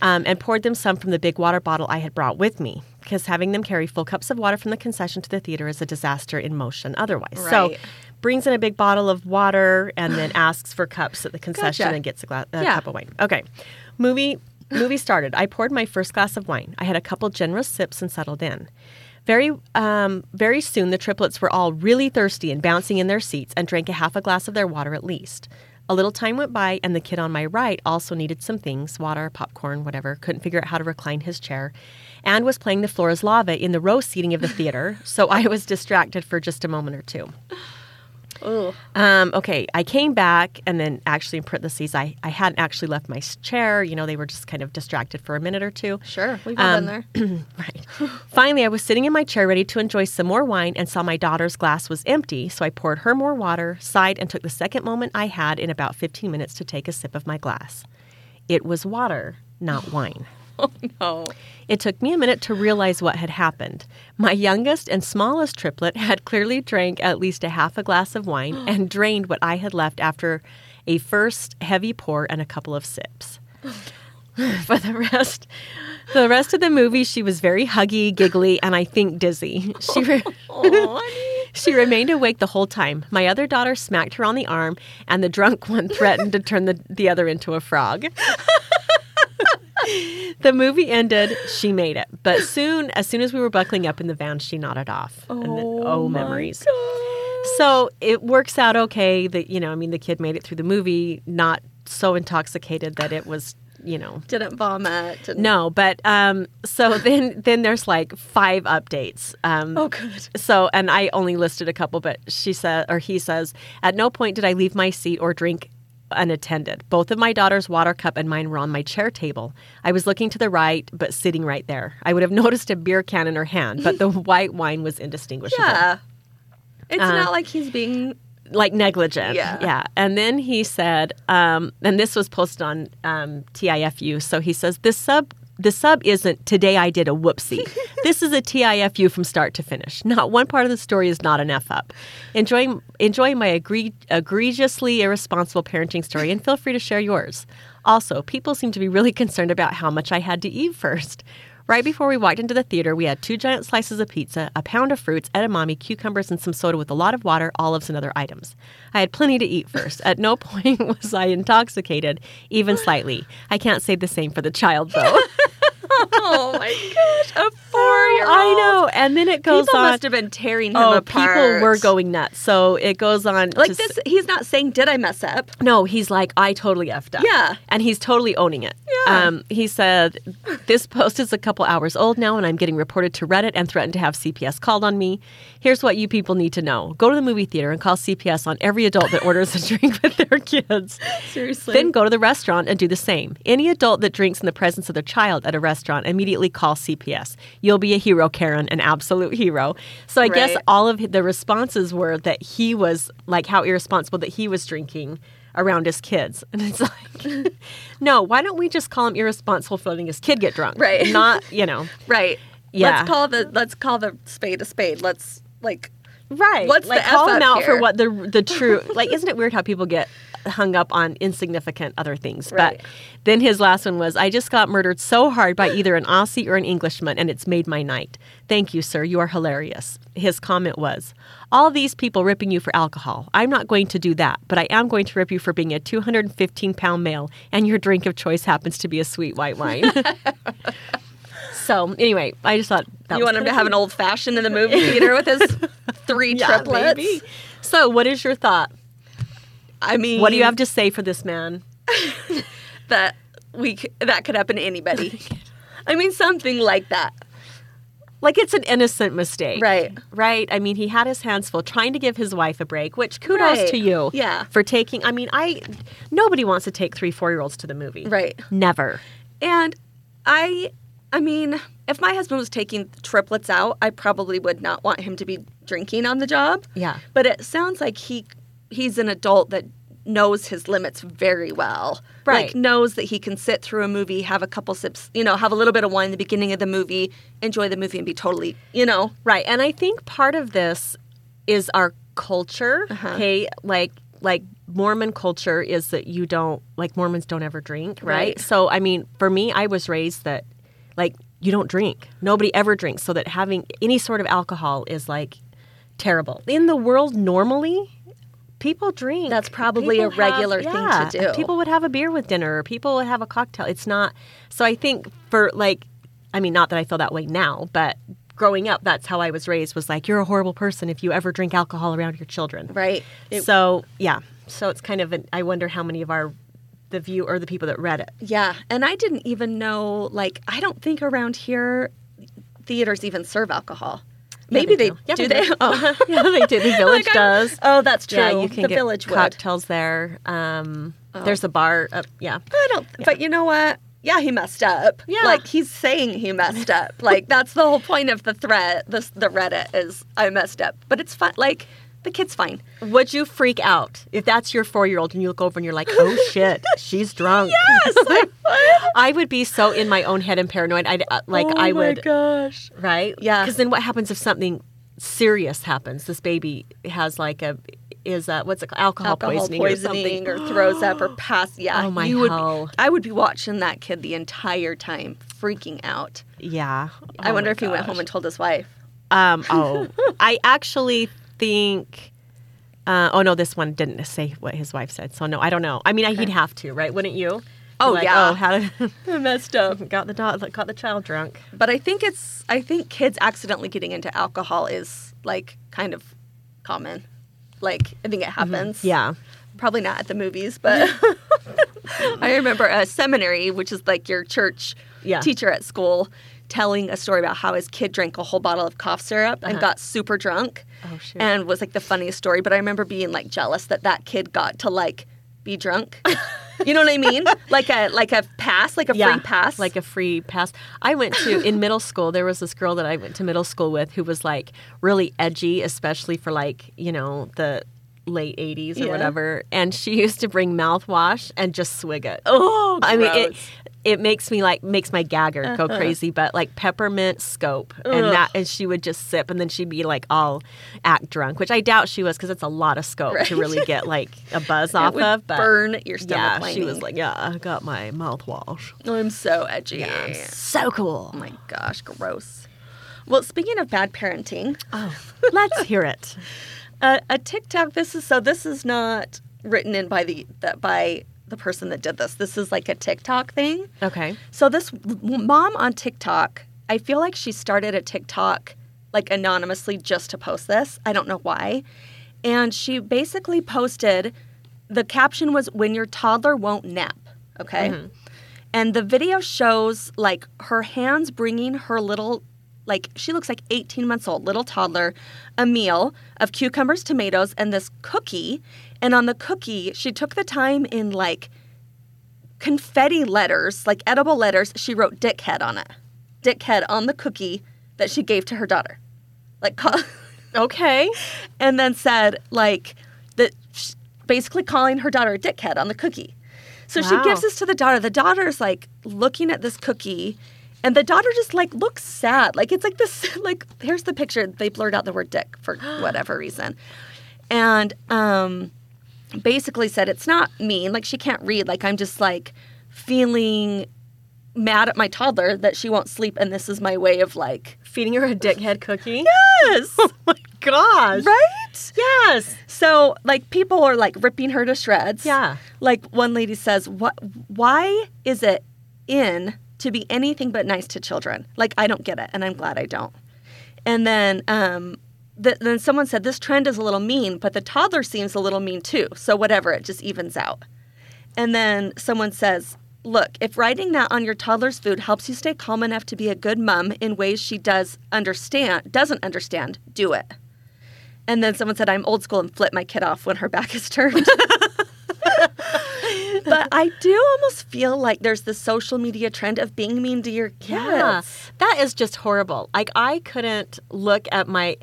Speaker 2: um, and poured them some from the big water bottle I had brought with me. Because having them carry full cups of water from the concession to the theater is a disaster in motion otherwise. So,
Speaker 1: Right.
Speaker 2: brings in a big bottle of water and then asks for cups at the concession
Speaker 1: Gotcha.
Speaker 2: and gets a, gla- a
Speaker 1: Yeah.
Speaker 2: cup of wine. Okay, movie movie started. I poured my first glass of wine. I had a couple generous sips and settled in. Very um, very soon, the triplets were all really thirsty and bouncing in their seats and drank a half a glass of their water at least. A little time went by, and the kid on my right also needed some things water, popcorn, whatever. Couldn't figure out how to recline his chair. and was playing The Floor is Lava in the row seating of the theater, so I was distracted for just a moment or two.
Speaker 1: Oh,
Speaker 2: Um, okay, I came back, and then actually, in parentheses, I, I hadn't actually left my s- chair. You know, they were just kind of distracted for a minute or two.
Speaker 1: sure. We've all been there. (laughs)
Speaker 2: Right. Finally, I was sitting in my chair ready to enjoy some more wine and saw my daughter's glass was empty, so I poured her more water, sighed, and took the second moment I had in about 15 minutes to take a sip of my glass. It was water, not wine.
Speaker 1: No.
Speaker 2: It took me a minute to realize what had happened. My youngest and smallest triplet had clearly drank at least a half a glass of wine and drained what I had left after a first heavy pour and a couple of sips. (sighs) For the rest, the rest of the movie, she was very huggy, giggly, and I think dizzy. She. Re-
Speaker 1: (laughs) Oh, honey.
Speaker 2: she remained awake the whole time. My other daughter smacked her on the arm, and the drunk one (laughs) threatened to turn the, the other into a frog. (laughs) the movie ended. She made it, but soon, as soon as we were buckling up in the van, she nodded off. Oh, and then, oh
Speaker 1: my
Speaker 2: memories.
Speaker 1: God.
Speaker 2: So it works out okay. That you know, I mean, the kid made it through the movie, not so intoxicated that it was, you know,
Speaker 1: Didn't vomit. Didn't...
Speaker 2: no. But um, so (laughs) then, then there's like five updates. Um,
Speaker 1: Oh, good.
Speaker 2: so, and I only listed a couple, but she said, or he says, at no point did I leave my seat or drink unattended. Both of my daughter's water cup and mine were on my chair table. I was looking to the right, but sitting right there. I would have (laughs) noticed a beer can in her hand, but the white wine was indistinguishable
Speaker 1: Yeah. It's
Speaker 2: Uh,
Speaker 1: not like he's
Speaker 2: (laughs)
Speaker 1: being.
Speaker 2: like negligent.
Speaker 1: Yeah.
Speaker 2: Yeah. And then he said, um, and this was posted on um, TIFU. So he says, this sub. The sub isn't today I did a whoopsie. this is a TIFU from start to finish. Not one part of the story is not an F up. Enjoy, enjoy my egre- egregiously irresponsible parenting story and feel free to share yours. Also, people seem to be really concerned about how much I had to eat first. Right before we walked into the theater, we had two giant slices of pizza, a pound of fruits, edamame, cucumbers, and some soda with a lot of water, olives, and other items. I had plenty to eat first. At no (laughs) point was I intoxicated, even slightly. I can't say the same for the child, though.
Speaker 1: (laughs) Oh my gosh, a four-year-old.
Speaker 2: I know. And then it goes
Speaker 1: People
Speaker 2: on.
Speaker 1: must have been tearing him
Speaker 2: oh,
Speaker 1: apart.
Speaker 2: people were going nuts. So it goes on.
Speaker 1: like
Speaker 2: to
Speaker 1: this. He's not saying, "Did I mess up?"
Speaker 2: No, he's like, I totally effed up.
Speaker 1: Yeah.
Speaker 2: And he's totally owning it.
Speaker 1: Yeah.
Speaker 2: Um, he said, This post is a couple hours old now, and I'm getting reported to Reddit and threatened to have CPS called on me. Here's what you people need to know go to the movie theater and call CPS on every adult that orders a (laughs) drink with their kids.
Speaker 1: Seriously.
Speaker 2: Then go to the restaurant and do the same. Any adult that drinks in the presence of their child at a restaurant, immediately call CPS. You'll be a hero, Karen, an absolute hero. So I guess
Speaker 1: Right.
Speaker 2: all of the responses were that he was like how irresponsible that he was drinking around his kids. (laughs) And it's like, (laughs) no, why don't we just call him irresponsible for letting his kid get drunk?
Speaker 1: Right.
Speaker 2: Not, you know,
Speaker 1: right.
Speaker 2: Yeah.
Speaker 1: Let's call the let's call the spade a spade. Let's like
Speaker 2: right.
Speaker 1: What's
Speaker 2: like
Speaker 1: the F
Speaker 2: call him
Speaker 1: up
Speaker 2: out for
Speaker 1: here?
Speaker 2: what the
Speaker 1: (laughs)
Speaker 2: the true like isn't it weird how people get hung up on insignificant other things?
Speaker 1: Right.
Speaker 2: But then his last one was I just got murdered so hard by either an Aussie or an Englishman and it's made my night. Thank you, sir. You are hilarious. His comment was all these people ripping you for alcohol. I'm not going to do that, but I am going to rip you for being a 215 pound male, and your drink of choice happens to be a sweet
Speaker 1: (laughs)
Speaker 2: white wine. so, anyway, I just thought that
Speaker 1: you
Speaker 2: was
Speaker 1: want him
Speaker 2: kinda
Speaker 1: to have an old fashioned
Speaker 2: (laughs)
Speaker 1: in the movie theater with his three triplets.
Speaker 2: maybe. So, what is your thought?
Speaker 1: I mean,
Speaker 2: What do you have to say for this man?
Speaker 1: that we c- that could happen to
Speaker 2: (laughs)
Speaker 1: anybody? I mean, something like that.
Speaker 2: Like it's an innocent mistake,
Speaker 1: Right.
Speaker 2: Right. I mean, he had his hands full trying to give his wife a break, which kudos
Speaker 1: Right.
Speaker 2: to you,
Speaker 1: Yeah.
Speaker 2: for taking. I mean, I nobody wants to take three four year olds to the movie,
Speaker 1: Right.
Speaker 2: Never.
Speaker 1: And I I mean, if my husband was taking triplets out, I probably would not want him to be drinking on the job.
Speaker 2: Yeah.
Speaker 1: But it sounds like he he's an adult that knows his limits very well.
Speaker 2: Right.
Speaker 1: Like knows that he can sit through a movie, have a couple sips, you know, have a little bit of wine in the beginning of the movie, enjoy the movie and be totally, you know.
Speaker 2: Right. And I think part of this is our culture.
Speaker 1: Uh-huh.
Speaker 2: Okay. Like like Mormon culture is that you don't like Mormons don't ever drink, right?
Speaker 1: Right.
Speaker 2: So I mean, for me, I was raised that like you don't drink. Nobody ever drinks. So that having any sort of alcohol is like terrible. In the world normally, people drink.
Speaker 1: That's probably a
Speaker 2: have-
Speaker 1: regular thing to do.
Speaker 2: People would have a beer with dinner or people would have a cocktail. It's not so I think for like I mean not that I feel that way now, but growing up that's how I was raised was like you're a horrible person if you ever drink alcohol around your children.
Speaker 1: Right. It-
Speaker 2: so yeah. So it's kind of an, I wonder how many of our the view or the people that read it.
Speaker 1: yeah. And I didn't even know like I don't think around here theaters even serve alcohol.
Speaker 2: Yeah,
Speaker 1: Maybe they,
Speaker 2: do. Yeah,
Speaker 1: do. they? (laughs) Oh,
Speaker 2: (laughs) yeah, they do. The village
Speaker 1: Like, I'm-
Speaker 2: does.
Speaker 1: Oh, that's true.
Speaker 2: Yeah, you can
Speaker 1: the
Speaker 2: get
Speaker 1: village would.
Speaker 2: cocktails there. Um, There's a bar. Up, yeah.
Speaker 1: I don't. But you know what? Yeah, he messed up.
Speaker 2: Yeah.
Speaker 1: like he's saying he messed
Speaker 2: (laughs)
Speaker 1: up. Like that's the whole point of the thread. This the Reddit is I messed up, but it's fun. Like the kid's fine.
Speaker 2: Would you freak out if that's your four year old and you look over and you're like, oh shit, she's (laughs) drunk?
Speaker 1: (laughs) Yes, I would.
Speaker 2: I would be so in my own head and paranoid. I'd uh, like I would
Speaker 1: Oh gosh.
Speaker 2: right.
Speaker 1: Yeah.
Speaker 2: Because then what happens if something serious happens? This baby has like a is uh what's it called? alcohol,
Speaker 1: Alcohol
Speaker 2: poisoning,
Speaker 1: poisoning,
Speaker 2: or something. (gasps)
Speaker 1: or, throws up or pass. Yeah,
Speaker 2: Oh, my
Speaker 1: you would.
Speaker 2: hell.
Speaker 1: I would be watching that kid the entire time, freaking out.
Speaker 2: yeah.
Speaker 1: I
Speaker 2: Oh
Speaker 1: wonder
Speaker 2: my
Speaker 1: if he went
Speaker 2: gosh.
Speaker 1: home and told his wife.
Speaker 2: Um,
Speaker 1: (laughs)
Speaker 2: oh, I actually think. Uh, oh no, this one didn't say what his wife said. So no, I don't know. I mean, I he'd have to, right? Wouldn't you?
Speaker 1: Oh,
Speaker 2: Like,
Speaker 1: yeah.
Speaker 2: Oh, how did (laughs)
Speaker 1: I messed up.
Speaker 2: got the dog, got the child drunk?
Speaker 1: But I think it's I think kids accidentally getting into alcohol is like kind of common. Like I think it happens.
Speaker 2: Mm-hmm. Yeah.
Speaker 1: Probably not at the movies, but (laughs) I remember a seminary, which is like your church
Speaker 2: Yeah.
Speaker 1: teacher at school, telling a story about how his kid drank a whole bottle of cough syrup and got super drunk.
Speaker 2: Uh-huh. Oh, shoot.
Speaker 1: And was like the funniest story, but I remember being like jealous that that kid got to like be
Speaker 2: (laughs)
Speaker 1: drunk. you know what I mean? Like a like a pass, like a free pass.
Speaker 2: Like a free pass. I went to
Speaker 1: (laughs)
Speaker 2: in middle school. There was this girl that I went to middle school with who was like really edgy, especially for like you know the late '80s or
Speaker 1: Yeah.
Speaker 2: whatever. And she used to bring mouthwash and just swig it.
Speaker 1: oh,
Speaker 2: I mean, it
Speaker 1: gross. Uh-huh.
Speaker 2: it makes me like makes my gagger go crazy. But like peppermint scope and
Speaker 1: Ugh.
Speaker 2: that, and she would just sip, and then she'd be like all act drunk, which I doubt she was because it's a lot of scope to
Speaker 1: Right.
Speaker 2: really get like a
Speaker 1: (laughs)
Speaker 2: buzz
Speaker 1: It
Speaker 2: off
Speaker 1: would
Speaker 2: of. But
Speaker 1: burn your stomach.
Speaker 2: yeah, she
Speaker 1: lining.
Speaker 2: was like, yeah, I got my mouthwash.
Speaker 1: Oh, I'm so edgy.
Speaker 2: So cool.
Speaker 1: Oh my gosh, gross. Well, speaking of bad parenting, uh,
Speaker 2: Oh, let's hear it.
Speaker 1: a, a TikTok. This is so. This is not written in by the, the by the person that did this. This is like a TikTok thing.
Speaker 2: Okay.
Speaker 1: So this w- mom on TikTok, I feel like she started a TikTok like anonymously just to post this. I don't know why. And she basically posted the caption was when your toddler won't nap, okay? And the video shows like her hands bringing her little like she looks like 18 months old little toddler a meal of cucumbers, tomatoes and this cookie. And on the cookie, she took the time in like confetti letters, like edible letters, she wrote dickhead on it. Dickhead on the cookie that she gave to her daughter. Like, (laughs) ca-
Speaker 2: Okay.
Speaker 1: and then said, like, that sh- basically calling her daughter a dickhead on the cookie. So
Speaker 2: Wow.
Speaker 1: she gives this to the daughter. The daughter's like looking at this cookie, and the daughter just like looks sad. Like, it's like this, (laughs) like, here's the picture. They blurred out the word dick for whatever reason. And, um, basically said it's not mean like she can't read like i'm just like feeling mad at my toddler that she won't sleep and this is my way of like
Speaker 2: Feeding her a dickhead cookie.
Speaker 1: yes
Speaker 2: my gosh.
Speaker 1: (laughs) right
Speaker 2: Yes.
Speaker 1: so like people are like ripping her to shreds
Speaker 2: Yeah.
Speaker 1: like one lady says what why is it in to be anything but nice to children like i don't get it and i'm glad i don't and then um th- then someone said this trend is a little mean but the toddler seems a little mean too so whatever it just evens out and then someone says look if writing that on your toddler's food helps you stay calm enough to be a good mom in ways she does understand doesn't understand do it and then someone said, I'm old school and flip my kid off when her back is turned. but I do almost feel like there's this social media trend of being mean to your kids.
Speaker 2: Yeah. That is just horrible. Like I couldn't look at my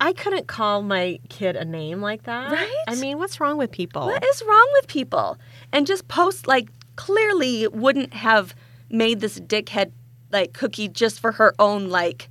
Speaker 2: I couldn't call my kid a name like that.
Speaker 1: Right?
Speaker 2: I mean, what's wrong with people?
Speaker 1: What is wrong with people? And just post like clearly wouldn't have made this dickhead like cookie just for her own like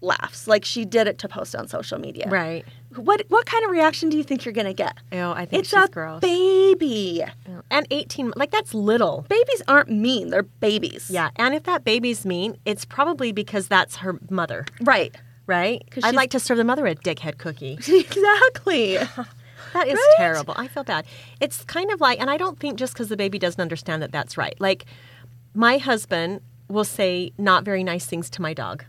Speaker 1: laughs. Like she did it to post on social media.
Speaker 2: Right.
Speaker 1: What what kind of reaction do you think you're gonna get?
Speaker 2: Ew, I think
Speaker 1: It's
Speaker 2: she's
Speaker 1: a
Speaker 2: gross.
Speaker 1: baby.
Speaker 2: and 18 like that's little.
Speaker 1: Babies aren't mean. They're babies.
Speaker 2: Yeah, and if that baby's mean, it's probably because that's her mother,
Speaker 1: Right. (laughs)
Speaker 2: right?
Speaker 1: 'Cause
Speaker 2: I'd
Speaker 1: she's-
Speaker 2: like to serve the mother a dickhead cookie. (laughs)
Speaker 1: exactly.
Speaker 2: That is
Speaker 1: Right?
Speaker 2: terrible. I feel bad. It's kind of like, and I don't think just because the baby doesn't understand that that's right. Like, my husband will say not very nice things to (laughs) my dog.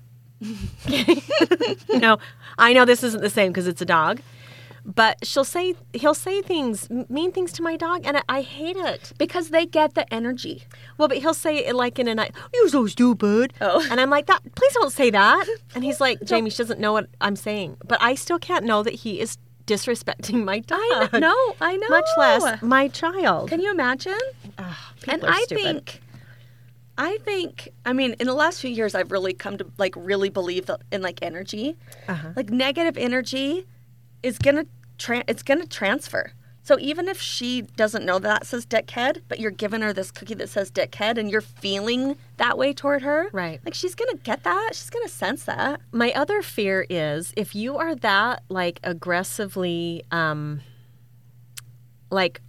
Speaker 2: no, I know this isn't the same because it's a dog, But she'll say he'll say things m- mean things to my dog, and I, I hate it.
Speaker 1: because they get the energy.
Speaker 2: Well, but he'll say it like in a night, you're so stupid.
Speaker 1: Oh. (laughs)
Speaker 2: And I'm like, that. please don't say that. And he's like, Jamie, she doesn't know what I'm saying. But I still can't know that he is disrespecting my dog.
Speaker 1: I kn- no, I know.
Speaker 2: Much less my child.
Speaker 1: Can you imagine?
Speaker 2: Ugh, people
Speaker 1: and
Speaker 2: are
Speaker 1: I
Speaker 2: stupid.
Speaker 1: think, I think, I mean, in the last few years, I've really come to like really believe that- in like energy,
Speaker 2: Uh-huh.
Speaker 1: like negative energy, is gonna tra- it's gonna transfer. So even if she doesn't know that says dickhead, but you're giving her this cookie that says dickhead, and you're feeling that way toward her,
Speaker 2: Right.
Speaker 1: Like she's gonna get that. She's gonna sense that.
Speaker 2: my other fear is if you are that like aggressively um like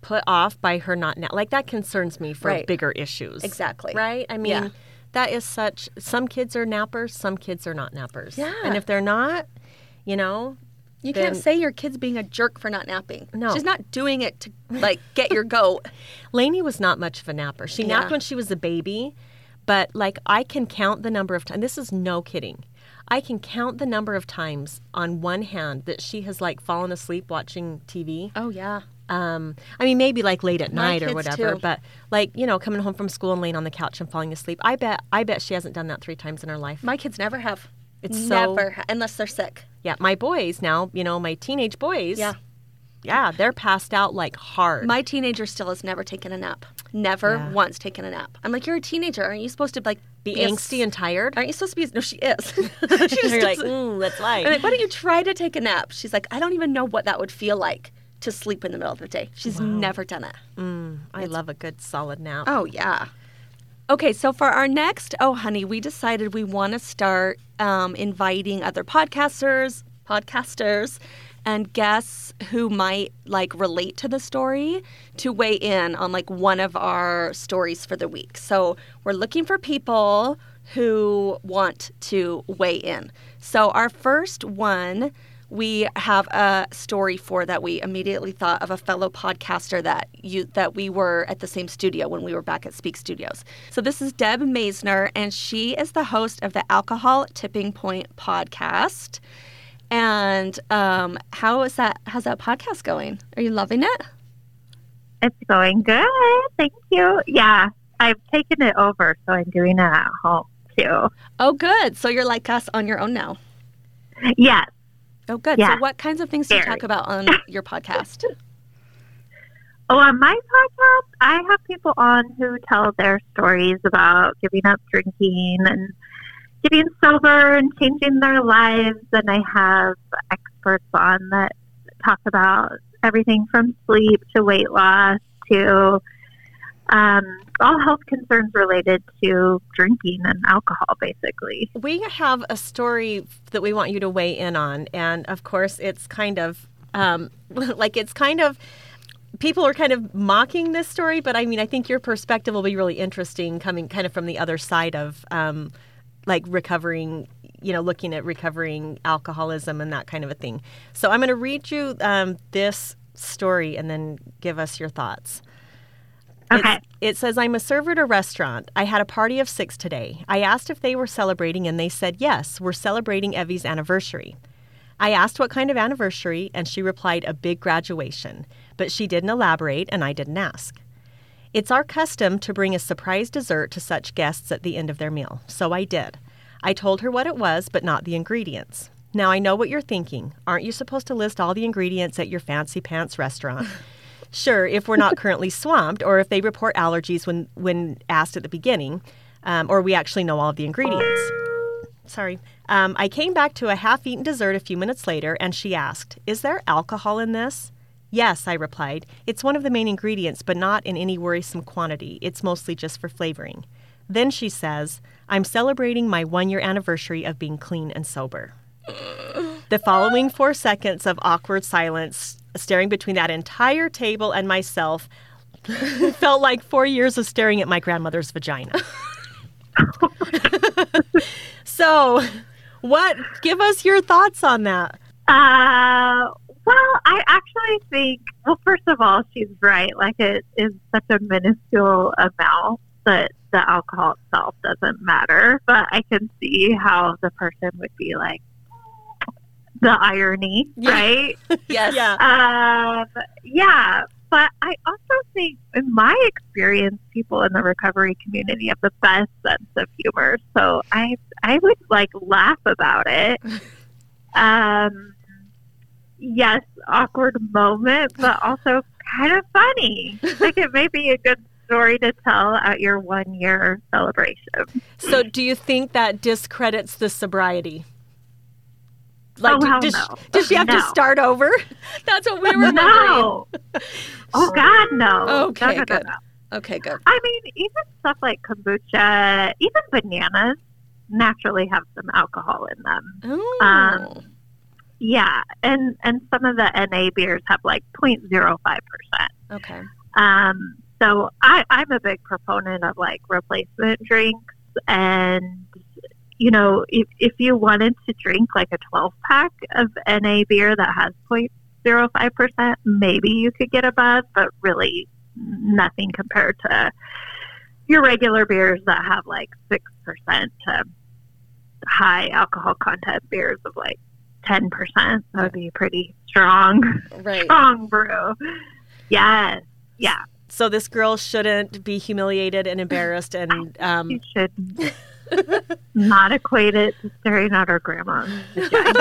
Speaker 2: put off by her not now like that concerns me for
Speaker 1: Right.
Speaker 2: bigger issues
Speaker 1: Exactly.
Speaker 2: right i mean
Speaker 1: Yeah.
Speaker 2: that is such some kids are nappers some kids are not nappers
Speaker 1: Yeah.
Speaker 2: and if they're not you know
Speaker 1: You
Speaker 2: then-
Speaker 1: can't say your kid's being a jerk for not napping.
Speaker 2: No.
Speaker 1: she's not doing it to like get your
Speaker 2: (laughs)
Speaker 1: goat.
Speaker 2: Lainey was not much of a napper. She napped
Speaker 1: Yeah.
Speaker 2: when she was a baby, but like I can count the number of times. This is no kidding. I can count the number of times on one hand that she has like fallen asleep watching TV.
Speaker 1: Oh yeah.
Speaker 2: Um, I mean, maybe like late at
Speaker 1: My
Speaker 2: night or
Speaker 1: kids,
Speaker 2: whatever,
Speaker 1: too.
Speaker 2: but like you know, coming home from school and laying on the couch and falling asleep. I bet, I bet she hasn't done that three times in her life.
Speaker 1: My kids never have.
Speaker 2: It's so-
Speaker 1: never ha- unless they're sick.
Speaker 2: yeah, my boys now, you know, my teenage boys.
Speaker 1: Yeah.
Speaker 2: yeah, they're passed out like hard.
Speaker 1: My teenager still has never taken a nap. Never
Speaker 2: Yeah.
Speaker 1: once taken a nap. I'm like, you're a teenager. Aren't you supposed to like
Speaker 2: be
Speaker 1: a s-
Speaker 2: angsty and tired.
Speaker 1: Aren't you supposed to be? No, she
Speaker 2: (laughs)
Speaker 1: is. (laughs) she just
Speaker 2: You're like,
Speaker 1: doesn't-
Speaker 2: ooh, that's
Speaker 1: I'm
Speaker 2: life.
Speaker 1: like, why don't you try to take a nap? She's like, I don't even know what that would feel like to sleep in the middle of the day. She's never done it.
Speaker 2: I love a good solid nap.
Speaker 1: Oh, yeah. Okay, so for our next Oh Honey, we decided we want to start um, inviting other podcasters, podcasters, and guests who might like relate to the story to weigh in on like one of our stories for the week. So we're looking for people who want to weigh in. So our first one we have a story for that we immediately thought of a fellow podcaster that you that we were at the same studio when we were back at Speak Studios. So this is Deb Maisner and she is the host of the Alcohol Tipping Point podcast. And um, how is that how's that podcast going? Are you loving it?
Speaker 3: It's going good. Thank you. Yeah, I've taken it over, so I'm doing it at home too.
Speaker 1: Oh good. So you're like us on your own now.
Speaker 3: Yes.
Speaker 1: Oh good.
Speaker 3: Yeah.
Speaker 1: So what kinds of things do you
Speaker 3: Very.
Speaker 1: talk about
Speaker 3: (laughs)
Speaker 1: on your podcast?
Speaker 3: Oh, on my podcast, I have people on who tell their stories about giving up drinking and getting sober and changing their lives. And I have experts on that talk about everything from sleep to weight loss to um, all health concerns related to drinking and alcohol, basically.
Speaker 2: We have a story that we want you to weigh in on, and of course, it's kind of um, (laughs) like it's kind of people are kind of mocking this story, but I mean, I think your perspective will be really interesting, coming kind of from the other side of um, like recovering, you know, looking at recovering alcoholism and that kind of a thing. So I'm going to read you um, this story and then give us your thoughts.
Speaker 3: Okay.
Speaker 2: It's- It says, I'm a server at a restaurant. I had a party of six today. I asked if they were celebrating, and they said, Yes, we're celebrating Evie's anniversary. I asked what kind of anniversary, and she replied, A big graduation. But she didn't elaborate, and I didn't ask. It's our custom to bring a surprise dessert to such guests at the end of their meal, so I did. I told her what it was, but not the ingredients. Now I know what you're thinking. Aren't you supposed to list all the ingredients at your fancy pants restaurant? sure, if we're not currently swamped or if they report allergies when, when asked at the beginning, um, or we actually know all of the ingredients. Sorry. Um, I came back to a half eaten dessert a few minutes later, and she asked, Is there alcohol in this? Yes, I replied. It's one of the main ingredients, but not in any worrisome quantity. It's mostly just for flavoring. Then she says, I'm celebrating my one year anniversary of being clean and sober. The following four seconds of awkward silence, staring between that entire table and myself, (laughs) felt like four years of staring at my grandmother's vagina. So, (laughs) what? Give us your thoughts on that.
Speaker 3: Uh, well, I actually think, well, first of all, she's right. Like, it is such a minuscule amount that the alcohol itself doesn't matter. But I can see how the person would be like, the irony,
Speaker 2: Yeah.
Speaker 3: right?
Speaker 1: Yes.
Speaker 2: Yeah.
Speaker 3: um, yeah, but I also think, in my experience, people in the recovery community have the best sense of humor. So I, I would like laugh
Speaker 2: (laughs)
Speaker 3: about it. Um, yes, awkward moment, but also kind of funny. Like it may be a good story to tell at your one year celebration.
Speaker 2: So, do you think that discredits the sobriety?
Speaker 3: Oh, hell
Speaker 2: does,
Speaker 3: no.
Speaker 2: does she have to
Speaker 3: No.
Speaker 2: start over? That's what we were wondering. (laughs)
Speaker 3: No. Oh God, no. No,
Speaker 1: Okay,
Speaker 3: no, no,
Speaker 1: good.
Speaker 3: no.
Speaker 1: Okay, good.
Speaker 3: I mean, even stuff like kombucha, even bananas naturally have some alcohol in them.
Speaker 1: Oh.
Speaker 3: Um, Yeah, and and some of the NA beers have like 0.05 percent.
Speaker 1: okay.
Speaker 3: Um, so I, I'm a big proponent of like replacement drinks, and you know, if if you wanted to drink like a 12 pack of NA beer that has 0.05 percent, maybe you could get above, but really nothing compared to your regular beers that have like six percent to high alcohol content beers of like 10 percent. That would be a pretty strong, (laughs)
Speaker 1: Right.
Speaker 3: strong brew. Yes. Yeah.
Speaker 2: So, this girl shouldn't be humiliated and embarrassed and um,
Speaker 3: You
Speaker 1: Mm.
Speaker 3: should
Speaker 1: (laughs)
Speaker 3: not equate it to staring at her grandma's vagina.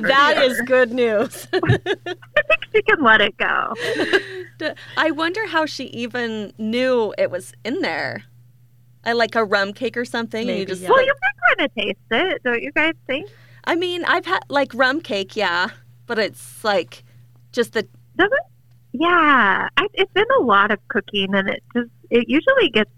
Speaker 2: That is good news. (laughs)
Speaker 3: I think she can let it go.
Speaker 1: D- I wonder how she even knew it was in there. I like a rum cake or something. and you
Speaker 2: Maybe,
Speaker 1: just
Speaker 2: yeah.
Speaker 3: Well,
Speaker 1: like-
Speaker 3: you might want to taste it, don't you guys think?
Speaker 1: I mean, I've had like rum cake, yeah, but it's like just the
Speaker 3: Doesn't? Yeah, I, it's in a lot of cooking, and it just it usually gets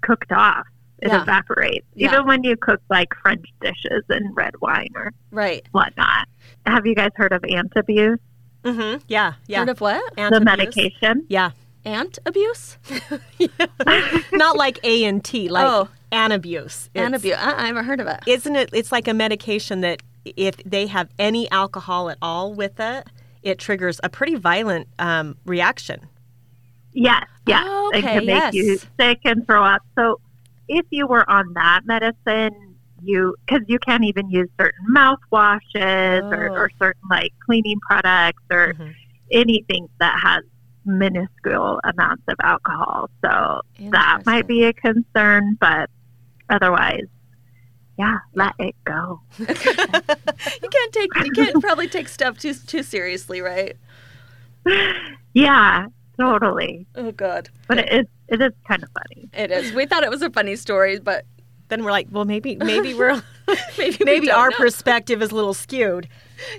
Speaker 3: cooked off. It
Speaker 1: Yeah.
Speaker 3: evaporates,
Speaker 1: Yeah.
Speaker 3: even when you cook like French dishes and red wine or
Speaker 1: right.
Speaker 3: whatnot. Have you guys heard of ant abuse,
Speaker 2: hmm Yeah, yeah.
Speaker 1: Sort of what?
Speaker 2: Ant
Speaker 3: the
Speaker 2: abuse.
Speaker 3: medication?
Speaker 2: Yeah.
Speaker 1: Ant abuse?
Speaker 2: Not like A and T, like
Speaker 1: Oh.
Speaker 2: an abuse. It's-
Speaker 1: Ant abuse. Uh, I haven't heard of it.
Speaker 2: Isn't it? It's like a medication that if they have any alcohol at all with it, it triggers a pretty violent um, reaction.
Speaker 3: Yes, yes.
Speaker 1: Oh,
Speaker 3: it can
Speaker 1: okay,
Speaker 3: make you
Speaker 1: yes.
Speaker 3: sick and throw up. So if you were on that medicine, you because you can't even use certain mouthwashes or,
Speaker 2: Oh.
Speaker 3: or certain like cleaning products or
Speaker 2: Mhm.
Speaker 3: anything that has minuscule amounts of alcohol. So that might be a concern, but otherwise, yeah, let it go.
Speaker 1: You can't take. You
Speaker 3: (laughs)
Speaker 1: can't probably take stuff too too seriously, right?
Speaker 3: Yeah, totally.
Speaker 1: Oh God,
Speaker 3: But it is it is kind of funny.
Speaker 1: it is. We thought it was a funny story, but (laughs)
Speaker 2: Then we're like, well, maybe, maybe (laughs) we're,
Speaker 1: maybe we
Speaker 2: maybe
Speaker 1: don't
Speaker 2: our
Speaker 1: know.
Speaker 2: perspective is a little skewed.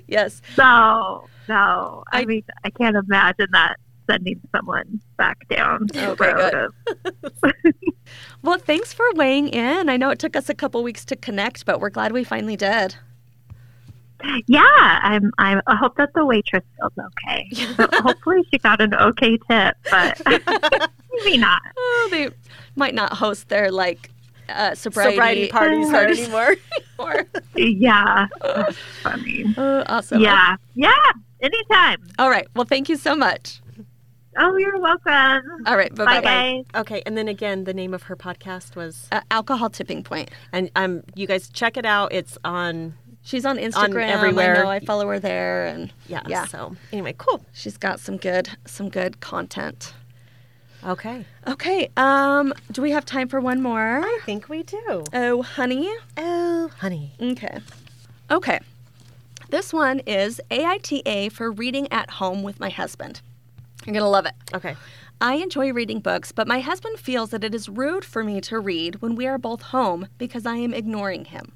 Speaker 1: yes.
Speaker 3: So, so I,
Speaker 1: I-
Speaker 3: mean, I can't imagine that sending someone back down
Speaker 1: (laughs)
Speaker 3: the
Speaker 1: Okay,
Speaker 3: road
Speaker 1: good.
Speaker 3: of
Speaker 1: Well, thanks for weighing in. I know it took us a couple weeks to connect, but we're glad we finally did.
Speaker 3: Yeah, I'm. I'm I hope that the waitress feels
Speaker 1: (laughs)
Speaker 3: okay. Hopefully, she got an okay tip, but maybe not.
Speaker 1: Oh, they might not host their like uh, sobriety,
Speaker 2: Sobriety (laughs) parties
Speaker 1: hard (laughs)
Speaker 2: first.
Speaker 1: anymore. Or-
Speaker 3: Yeah, that's funny.
Speaker 1: oh, awesome.
Speaker 3: yeah, yeah. Anytime.
Speaker 1: All right. Well, thank you so much.
Speaker 3: Oh, you're welcome.
Speaker 1: All right.
Speaker 3: Bye,
Speaker 1: Bye bye.
Speaker 3: guys.
Speaker 2: Okay, and then again, the name of her podcast was,
Speaker 1: Uh, alcohol tipping point.
Speaker 2: and um, you guys check it out. It's on,
Speaker 1: She's on Instagram.
Speaker 2: everywhere.
Speaker 1: I know. I follow her there, and
Speaker 2: yeah.
Speaker 1: Yeah.
Speaker 2: So anyway, cool.
Speaker 1: she's got some good some good content.
Speaker 2: Okay,
Speaker 1: Okay. Um, do we have time for one more?
Speaker 2: I think we do.
Speaker 1: Oh, honey.
Speaker 2: Oh, honey.
Speaker 1: Okay. Okay. This one is AITA for reading at home with my husband. You're going to love it.
Speaker 2: Okay.
Speaker 1: I enjoy reading books, but my husband feels that it is rude for me to read when we are both home because I am ignoring him.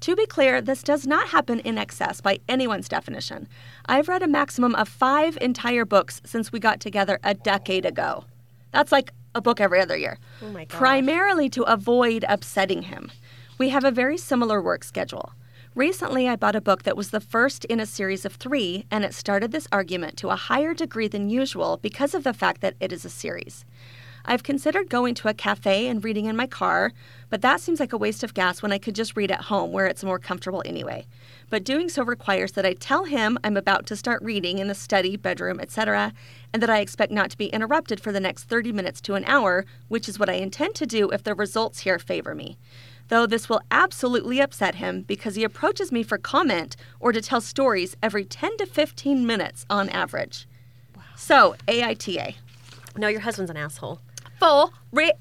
Speaker 1: To be clear, this does not happen in excess by anyone's definition. I've read a maximum of five entire books since we got together a decade ago. That's like a book every other year
Speaker 2: Oh my god.
Speaker 1: primarily to avoid upsetting him. We have a very similar work schedule. Recently, I bought a book that was the first in a series of three, and it started this argument to a higher degree than usual because of the fact that it is a series. I've considered going to a cafe and reading in my car, but that seems like a waste of gas when I could just read at home where it's more comfortable anyway. But doing so requires that I tell him I'm about to start reading in the study, bedroom, etc., and that I expect not to be interrupted for the next 30 minutes to an hour, which is what I intend to do if the results here favor me. though this will absolutely upset him because he approaches me for comment or to tell stories every 10 to 15 minutes on average. So, AITA.
Speaker 2: No, your husband's an asshole.
Speaker 1: Full real.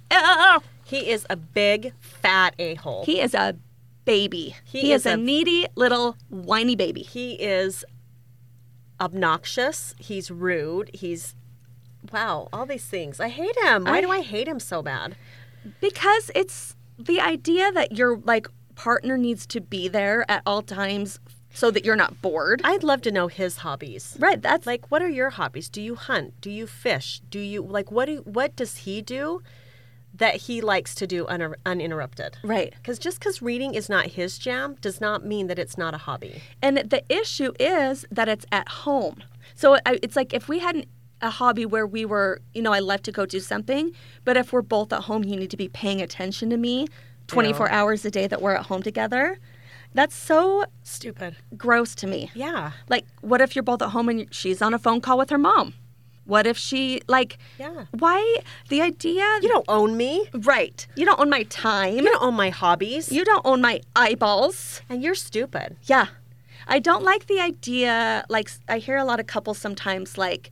Speaker 2: He is a big fat a hole. He,
Speaker 1: He is a baby.
Speaker 2: He
Speaker 1: He,
Speaker 2: is
Speaker 1: is, a,
Speaker 2: a-
Speaker 1: needy little whiny baby.
Speaker 2: is obnoxious. He's rude. He's wow, all these things. I hate him. Why
Speaker 1: I-
Speaker 2: do I hate him so bad?
Speaker 1: Because it's the idea that your like partner needs to be there at all times so that you're not bored.
Speaker 2: I'd love to know his hobbies.
Speaker 1: right, that's
Speaker 2: Like, what are your hobbies? Do you hunt? Do you fish? Do you like what? Do, what does he do that he likes to do uninter- uninterrupted?
Speaker 1: right.
Speaker 2: Because just because reading is not his jam does not mean that it's not a hobby.
Speaker 1: And the issue is that it's at home. So I- it's like if we had an, a hobby where we were, you know, I left to go do something, but if we're both at home, you need to be paying attention to me 24 hours a day that we're at home together. That's so
Speaker 2: Stupid.
Speaker 1: gross to me.
Speaker 2: Yeah.
Speaker 1: Like, what if you're both at home and she's on a phone call with her mom? What if she, like,
Speaker 2: Yeah.
Speaker 1: why? The idea.
Speaker 2: You don't own me.
Speaker 1: Right. You don't own my time.
Speaker 2: You don't own my hobbies.
Speaker 1: you don't own my eyeballs.
Speaker 2: and you're stupid.
Speaker 1: Yeah. I don't like the idea, like, s- I hear a lot of couples sometimes, like,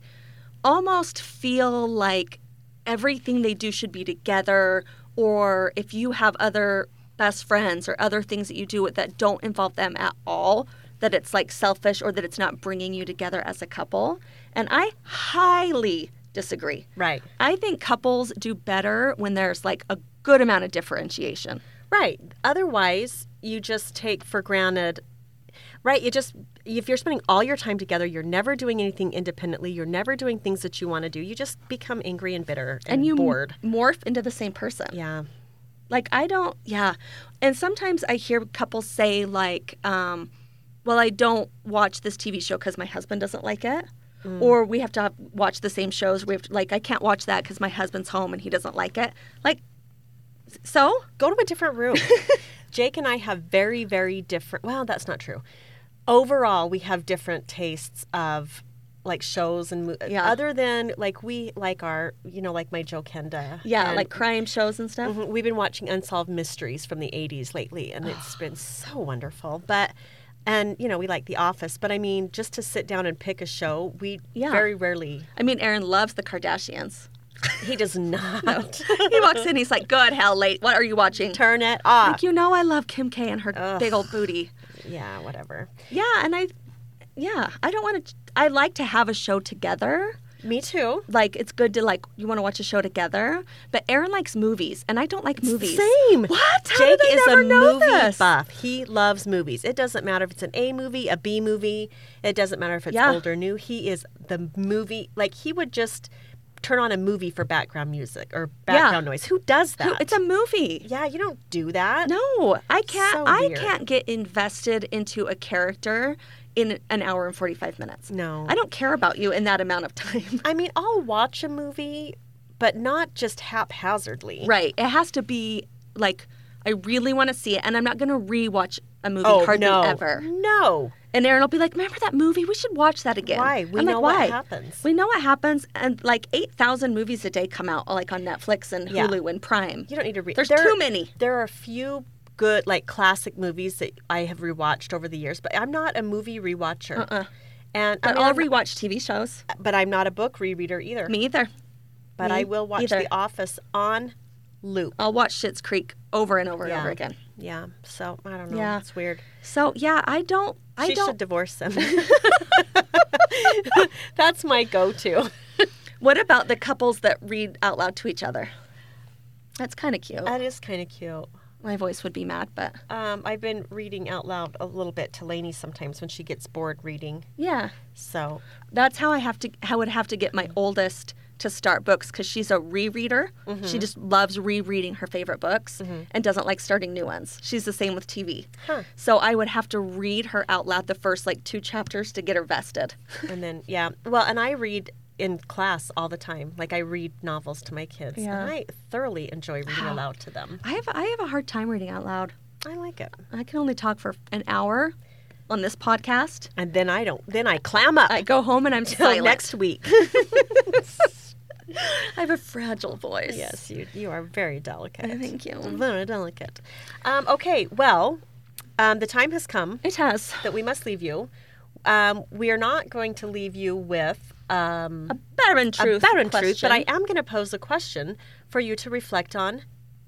Speaker 1: almost feel like everything they do should be together, or if you have other best friends or other things that you do that don't involve them at all, that it's like selfish or that it's not bringing you together as a couple. And I highly disagree.
Speaker 2: Right.
Speaker 1: I think couples do better when there's like a good amount of differentiation.
Speaker 2: Right. Otherwise, you just take for granted. Right. You just if you're spending all your time together, you're never doing anything independently. You're never doing things that you want to do. You just become angry and bitter and,
Speaker 1: And you m-
Speaker 2: bored.
Speaker 1: morph into the same person.
Speaker 2: Yeah.
Speaker 1: Like I don't, yeah. And sometimes I hear couples say like, um, "Well, I don't watch this TV show because my husband doesn't like it,"
Speaker 2: Mm.
Speaker 1: or we have to have, watch the same shows. We have to, like I can't watch that because my husband's home and he doesn't like it. Like, so
Speaker 2: go to a different
Speaker 1: (laughs)
Speaker 2: room. Jake and I have very, very different. Well, that's not true. Overall, we have different tastes of like shows and mo-
Speaker 1: Yeah.
Speaker 2: other than like we like our you know like my Joe Kenda.
Speaker 1: yeah,
Speaker 2: and-
Speaker 1: like crime shows and stuff.
Speaker 2: Mhm, we've been watching Unsolved Mysteries from the 80s lately and
Speaker 1: (gasps)
Speaker 2: it's been so wonderful. But and you know, we like The Office, but I mean, just to sit down and pick a show, we
Speaker 1: Yeah.
Speaker 2: very rarely.
Speaker 1: I mean, Aaron loves the Kardashians. (laughs)
Speaker 2: He does not
Speaker 1: he walks in, he's like, "Good hell, late. What are you watching?"
Speaker 2: turn it off.
Speaker 1: Like you know, I love Kim K and her big old booty.
Speaker 2: Yeah, whatever.
Speaker 1: Yeah, and I, yeah, I don't want to. I like to have a show together.
Speaker 2: Me too.
Speaker 1: like it's good to like you want to watch a show together. But Aaron likes movies, and I don't like movies.
Speaker 2: Same.
Speaker 1: What? How
Speaker 2: Jake
Speaker 1: did I
Speaker 2: is
Speaker 1: never
Speaker 2: a
Speaker 1: know
Speaker 2: movie
Speaker 1: this?
Speaker 2: buff. He loves movies. It doesn't matter if it's an A movie, a B movie. It doesn't matter if it's
Speaker 1: Yeah.
Speaker 2: old or new. He is the movie. Like he would just turn on a movie for background music or background noise. Who does that?
Speaker 1: Who- It's a movie.
Speaker 2: yeah, you don't do that.
Speaker 1: No, I can't.
Speaker 2: So
Speaker 1: I
Speaker 2: weird.
Speaker 1: can't get invested into a character in an hour and forty five minutes.
Speaker 2: No.
Speaker 1: I don't care about you in that amount of time.
Speaker 2: I mean, I'll watch a movie, but not just haphazardly.
Speaker 1: right. It has to be like I really want to see it, and I'm not going to rewatch a movie
Speaker 2: Oh
Speaker 1: hardly
Speaker 2: no!
Speaker 1: ever.
Speaker 2: No.
Speaker 1: And Aaron will be like, "Remember that movie? We should watch that again."
Speaker 2: Why? We
Speaker 1: I'm
Speaker 2: know
Speaker 1: like,
Speaker 2: what
Speaker 1: Why?
Speaker 2: happens.
Speaker 1: We know what happens, and like eight thousand movies a day come out, like on Netflix and
Speaker 2: Yeah.
Speaker 1: Hulu and Prime.
Speaker 2: You don't need to read.
Speaker 1: There's too many.
Speaker 2: There are a few good, like classic movies that I have rewatched over the years, but I'm not a movie rewatcher.
Speaker 1: Uh-uh.
Speaker 2: And I
Speaker 1: But
Speaker 2: mean,
Speaker 1: I'll
Speaker 2: I'm not-
Speaker 1: rewatch TV shows.
Speaker 2: but I'm not a book rereader either.
Speaker 1: Me either.
Speaker 2: but
Speaker 1: me
Speaker 2: I will watch
Speaker 1: either. Uh.
Speaker 2: The Office on loop.
Speaker 1: I'll watch Schitt's Creek over and over and
Speaker 2: Yeah.
Speaker 1: over again.
Speaker 2: Yeah. So I don't know.
Speaker 1: Yeah.
Speaker 2: It's weird.
Speaker 1: So yeah, I don't. I
Speaker 2: she should
Speaker 1: don't.
Speaker 2: divorce him. (laughs) That's my go-to.
Speaker 1: What about the couples that read out loud to each other? That's kind of cute.
Speaker 2: That is kind of cute.
Speaker 1: My voice would be mad, but
Speaker 2: Um, I've been reading out loud a little bit to Lainey sometimes when she gets bored reading.
Speaker 1: yeah,
Speaker 2: So
Speaker 1: that's how I have to. How I would have to get my oldest to start books because she's a rereader. She just loves rereading her favorite books and doesn't like starting new ones. She's the same with TV.
Speaker 2: Huh.
Speaker 1: So I would have to read her out loud the first like two chapters to get her vested.
Speaker 2: and then yeah well and i read in class all the time like i read novels to my kids
Speaker 1: Yeah.
Speaker 2: and i thoroughly enjoy reading aloud to them
Speaker 1: (laughs) I have I have a hard time reading out loud.
Speaker 2: i like it
Speaker 1: I can only talk for an hour on this podcast.
Speaker 2: (laughs) and then i don't then i clam up
Speaker 1: (laughs) I go home and I'm
Speaker 2: till
Speaker 1: silent.
Speaker 2: next week
Speaker 1: I have a fragile voice.
Speaker 2: (laughs) (laughs) Yes, you you are very delicate.
Speaker 1: Thank you.
Speaker 2: Very delicate. Um, okay, well, um, the time has come
Speaker 1: It has.
Speaker 2: that we must leave you. Um, we are not going to leave you with um,
Speaker 1: A barren
Speaker 2: a
Speaker 1: truth.
Speaker 2: barren
Speaker 1: question.
Speaker 2: truth, but I am going to pose a question for you to reflect on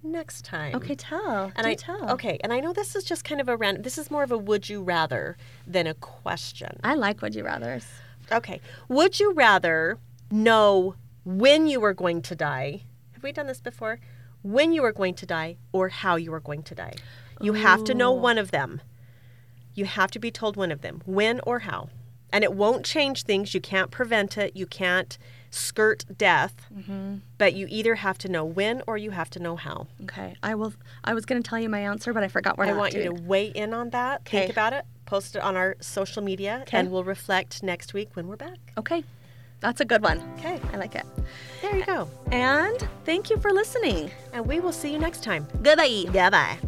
Speaker 2: next time.
Speaker 1: Okay, tell.
Speaker 2: And
Speaker 1: Do
Speaker 2: I
Speaker 1: tell.
Speaker 2: okay, and I know this is just kind of a random. This is more of a would you rather than a question.
Speaker 1: I like Would You Rathers.
Speaker 2: Okay. Would you rather know when you were going to die? Have we done this before? When you were going to die or how you were going to die? You have to know one of them. You have to be told one of them, when or how. And it won't change things. You can't prevent it. You can't skirt death. But you either have to know when or you have to know how.
Speaker 1: Okay, I will. I was going to tell you my answer, but I forgot where
Speaker 2: I
Speaker 1: not
Speaker 2: want you to weigh in on that. Think
Speaker 1: Okay.
Speaker 2: about it. Post it on our social media, and we'll reflect next week when we're back.
Speaker 1: Okay, that's a good one.
Speaker 2: Okay.
Speaker 1: I like it.
Speaker 2: There you go.
Speaker 1: And thank you for listening.
Speaker 2: And we will see you next time.
Speaker 1: Goodbye.
Speaker 2: Goodbye.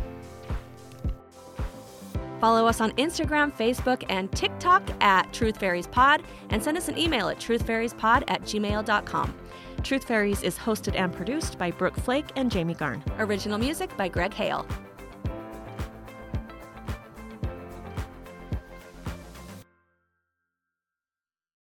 Speaker 1: Follow us on Instagram, Facebook, and TikTok at Truth Fairies Pod, and send us an email at truthfairiespod at gmail.com.
Speaker 2: Truth Fairies is hosted and produced by Brooke Flake and Jamie Garn.
Speaker 1: Original music by Greg Hale.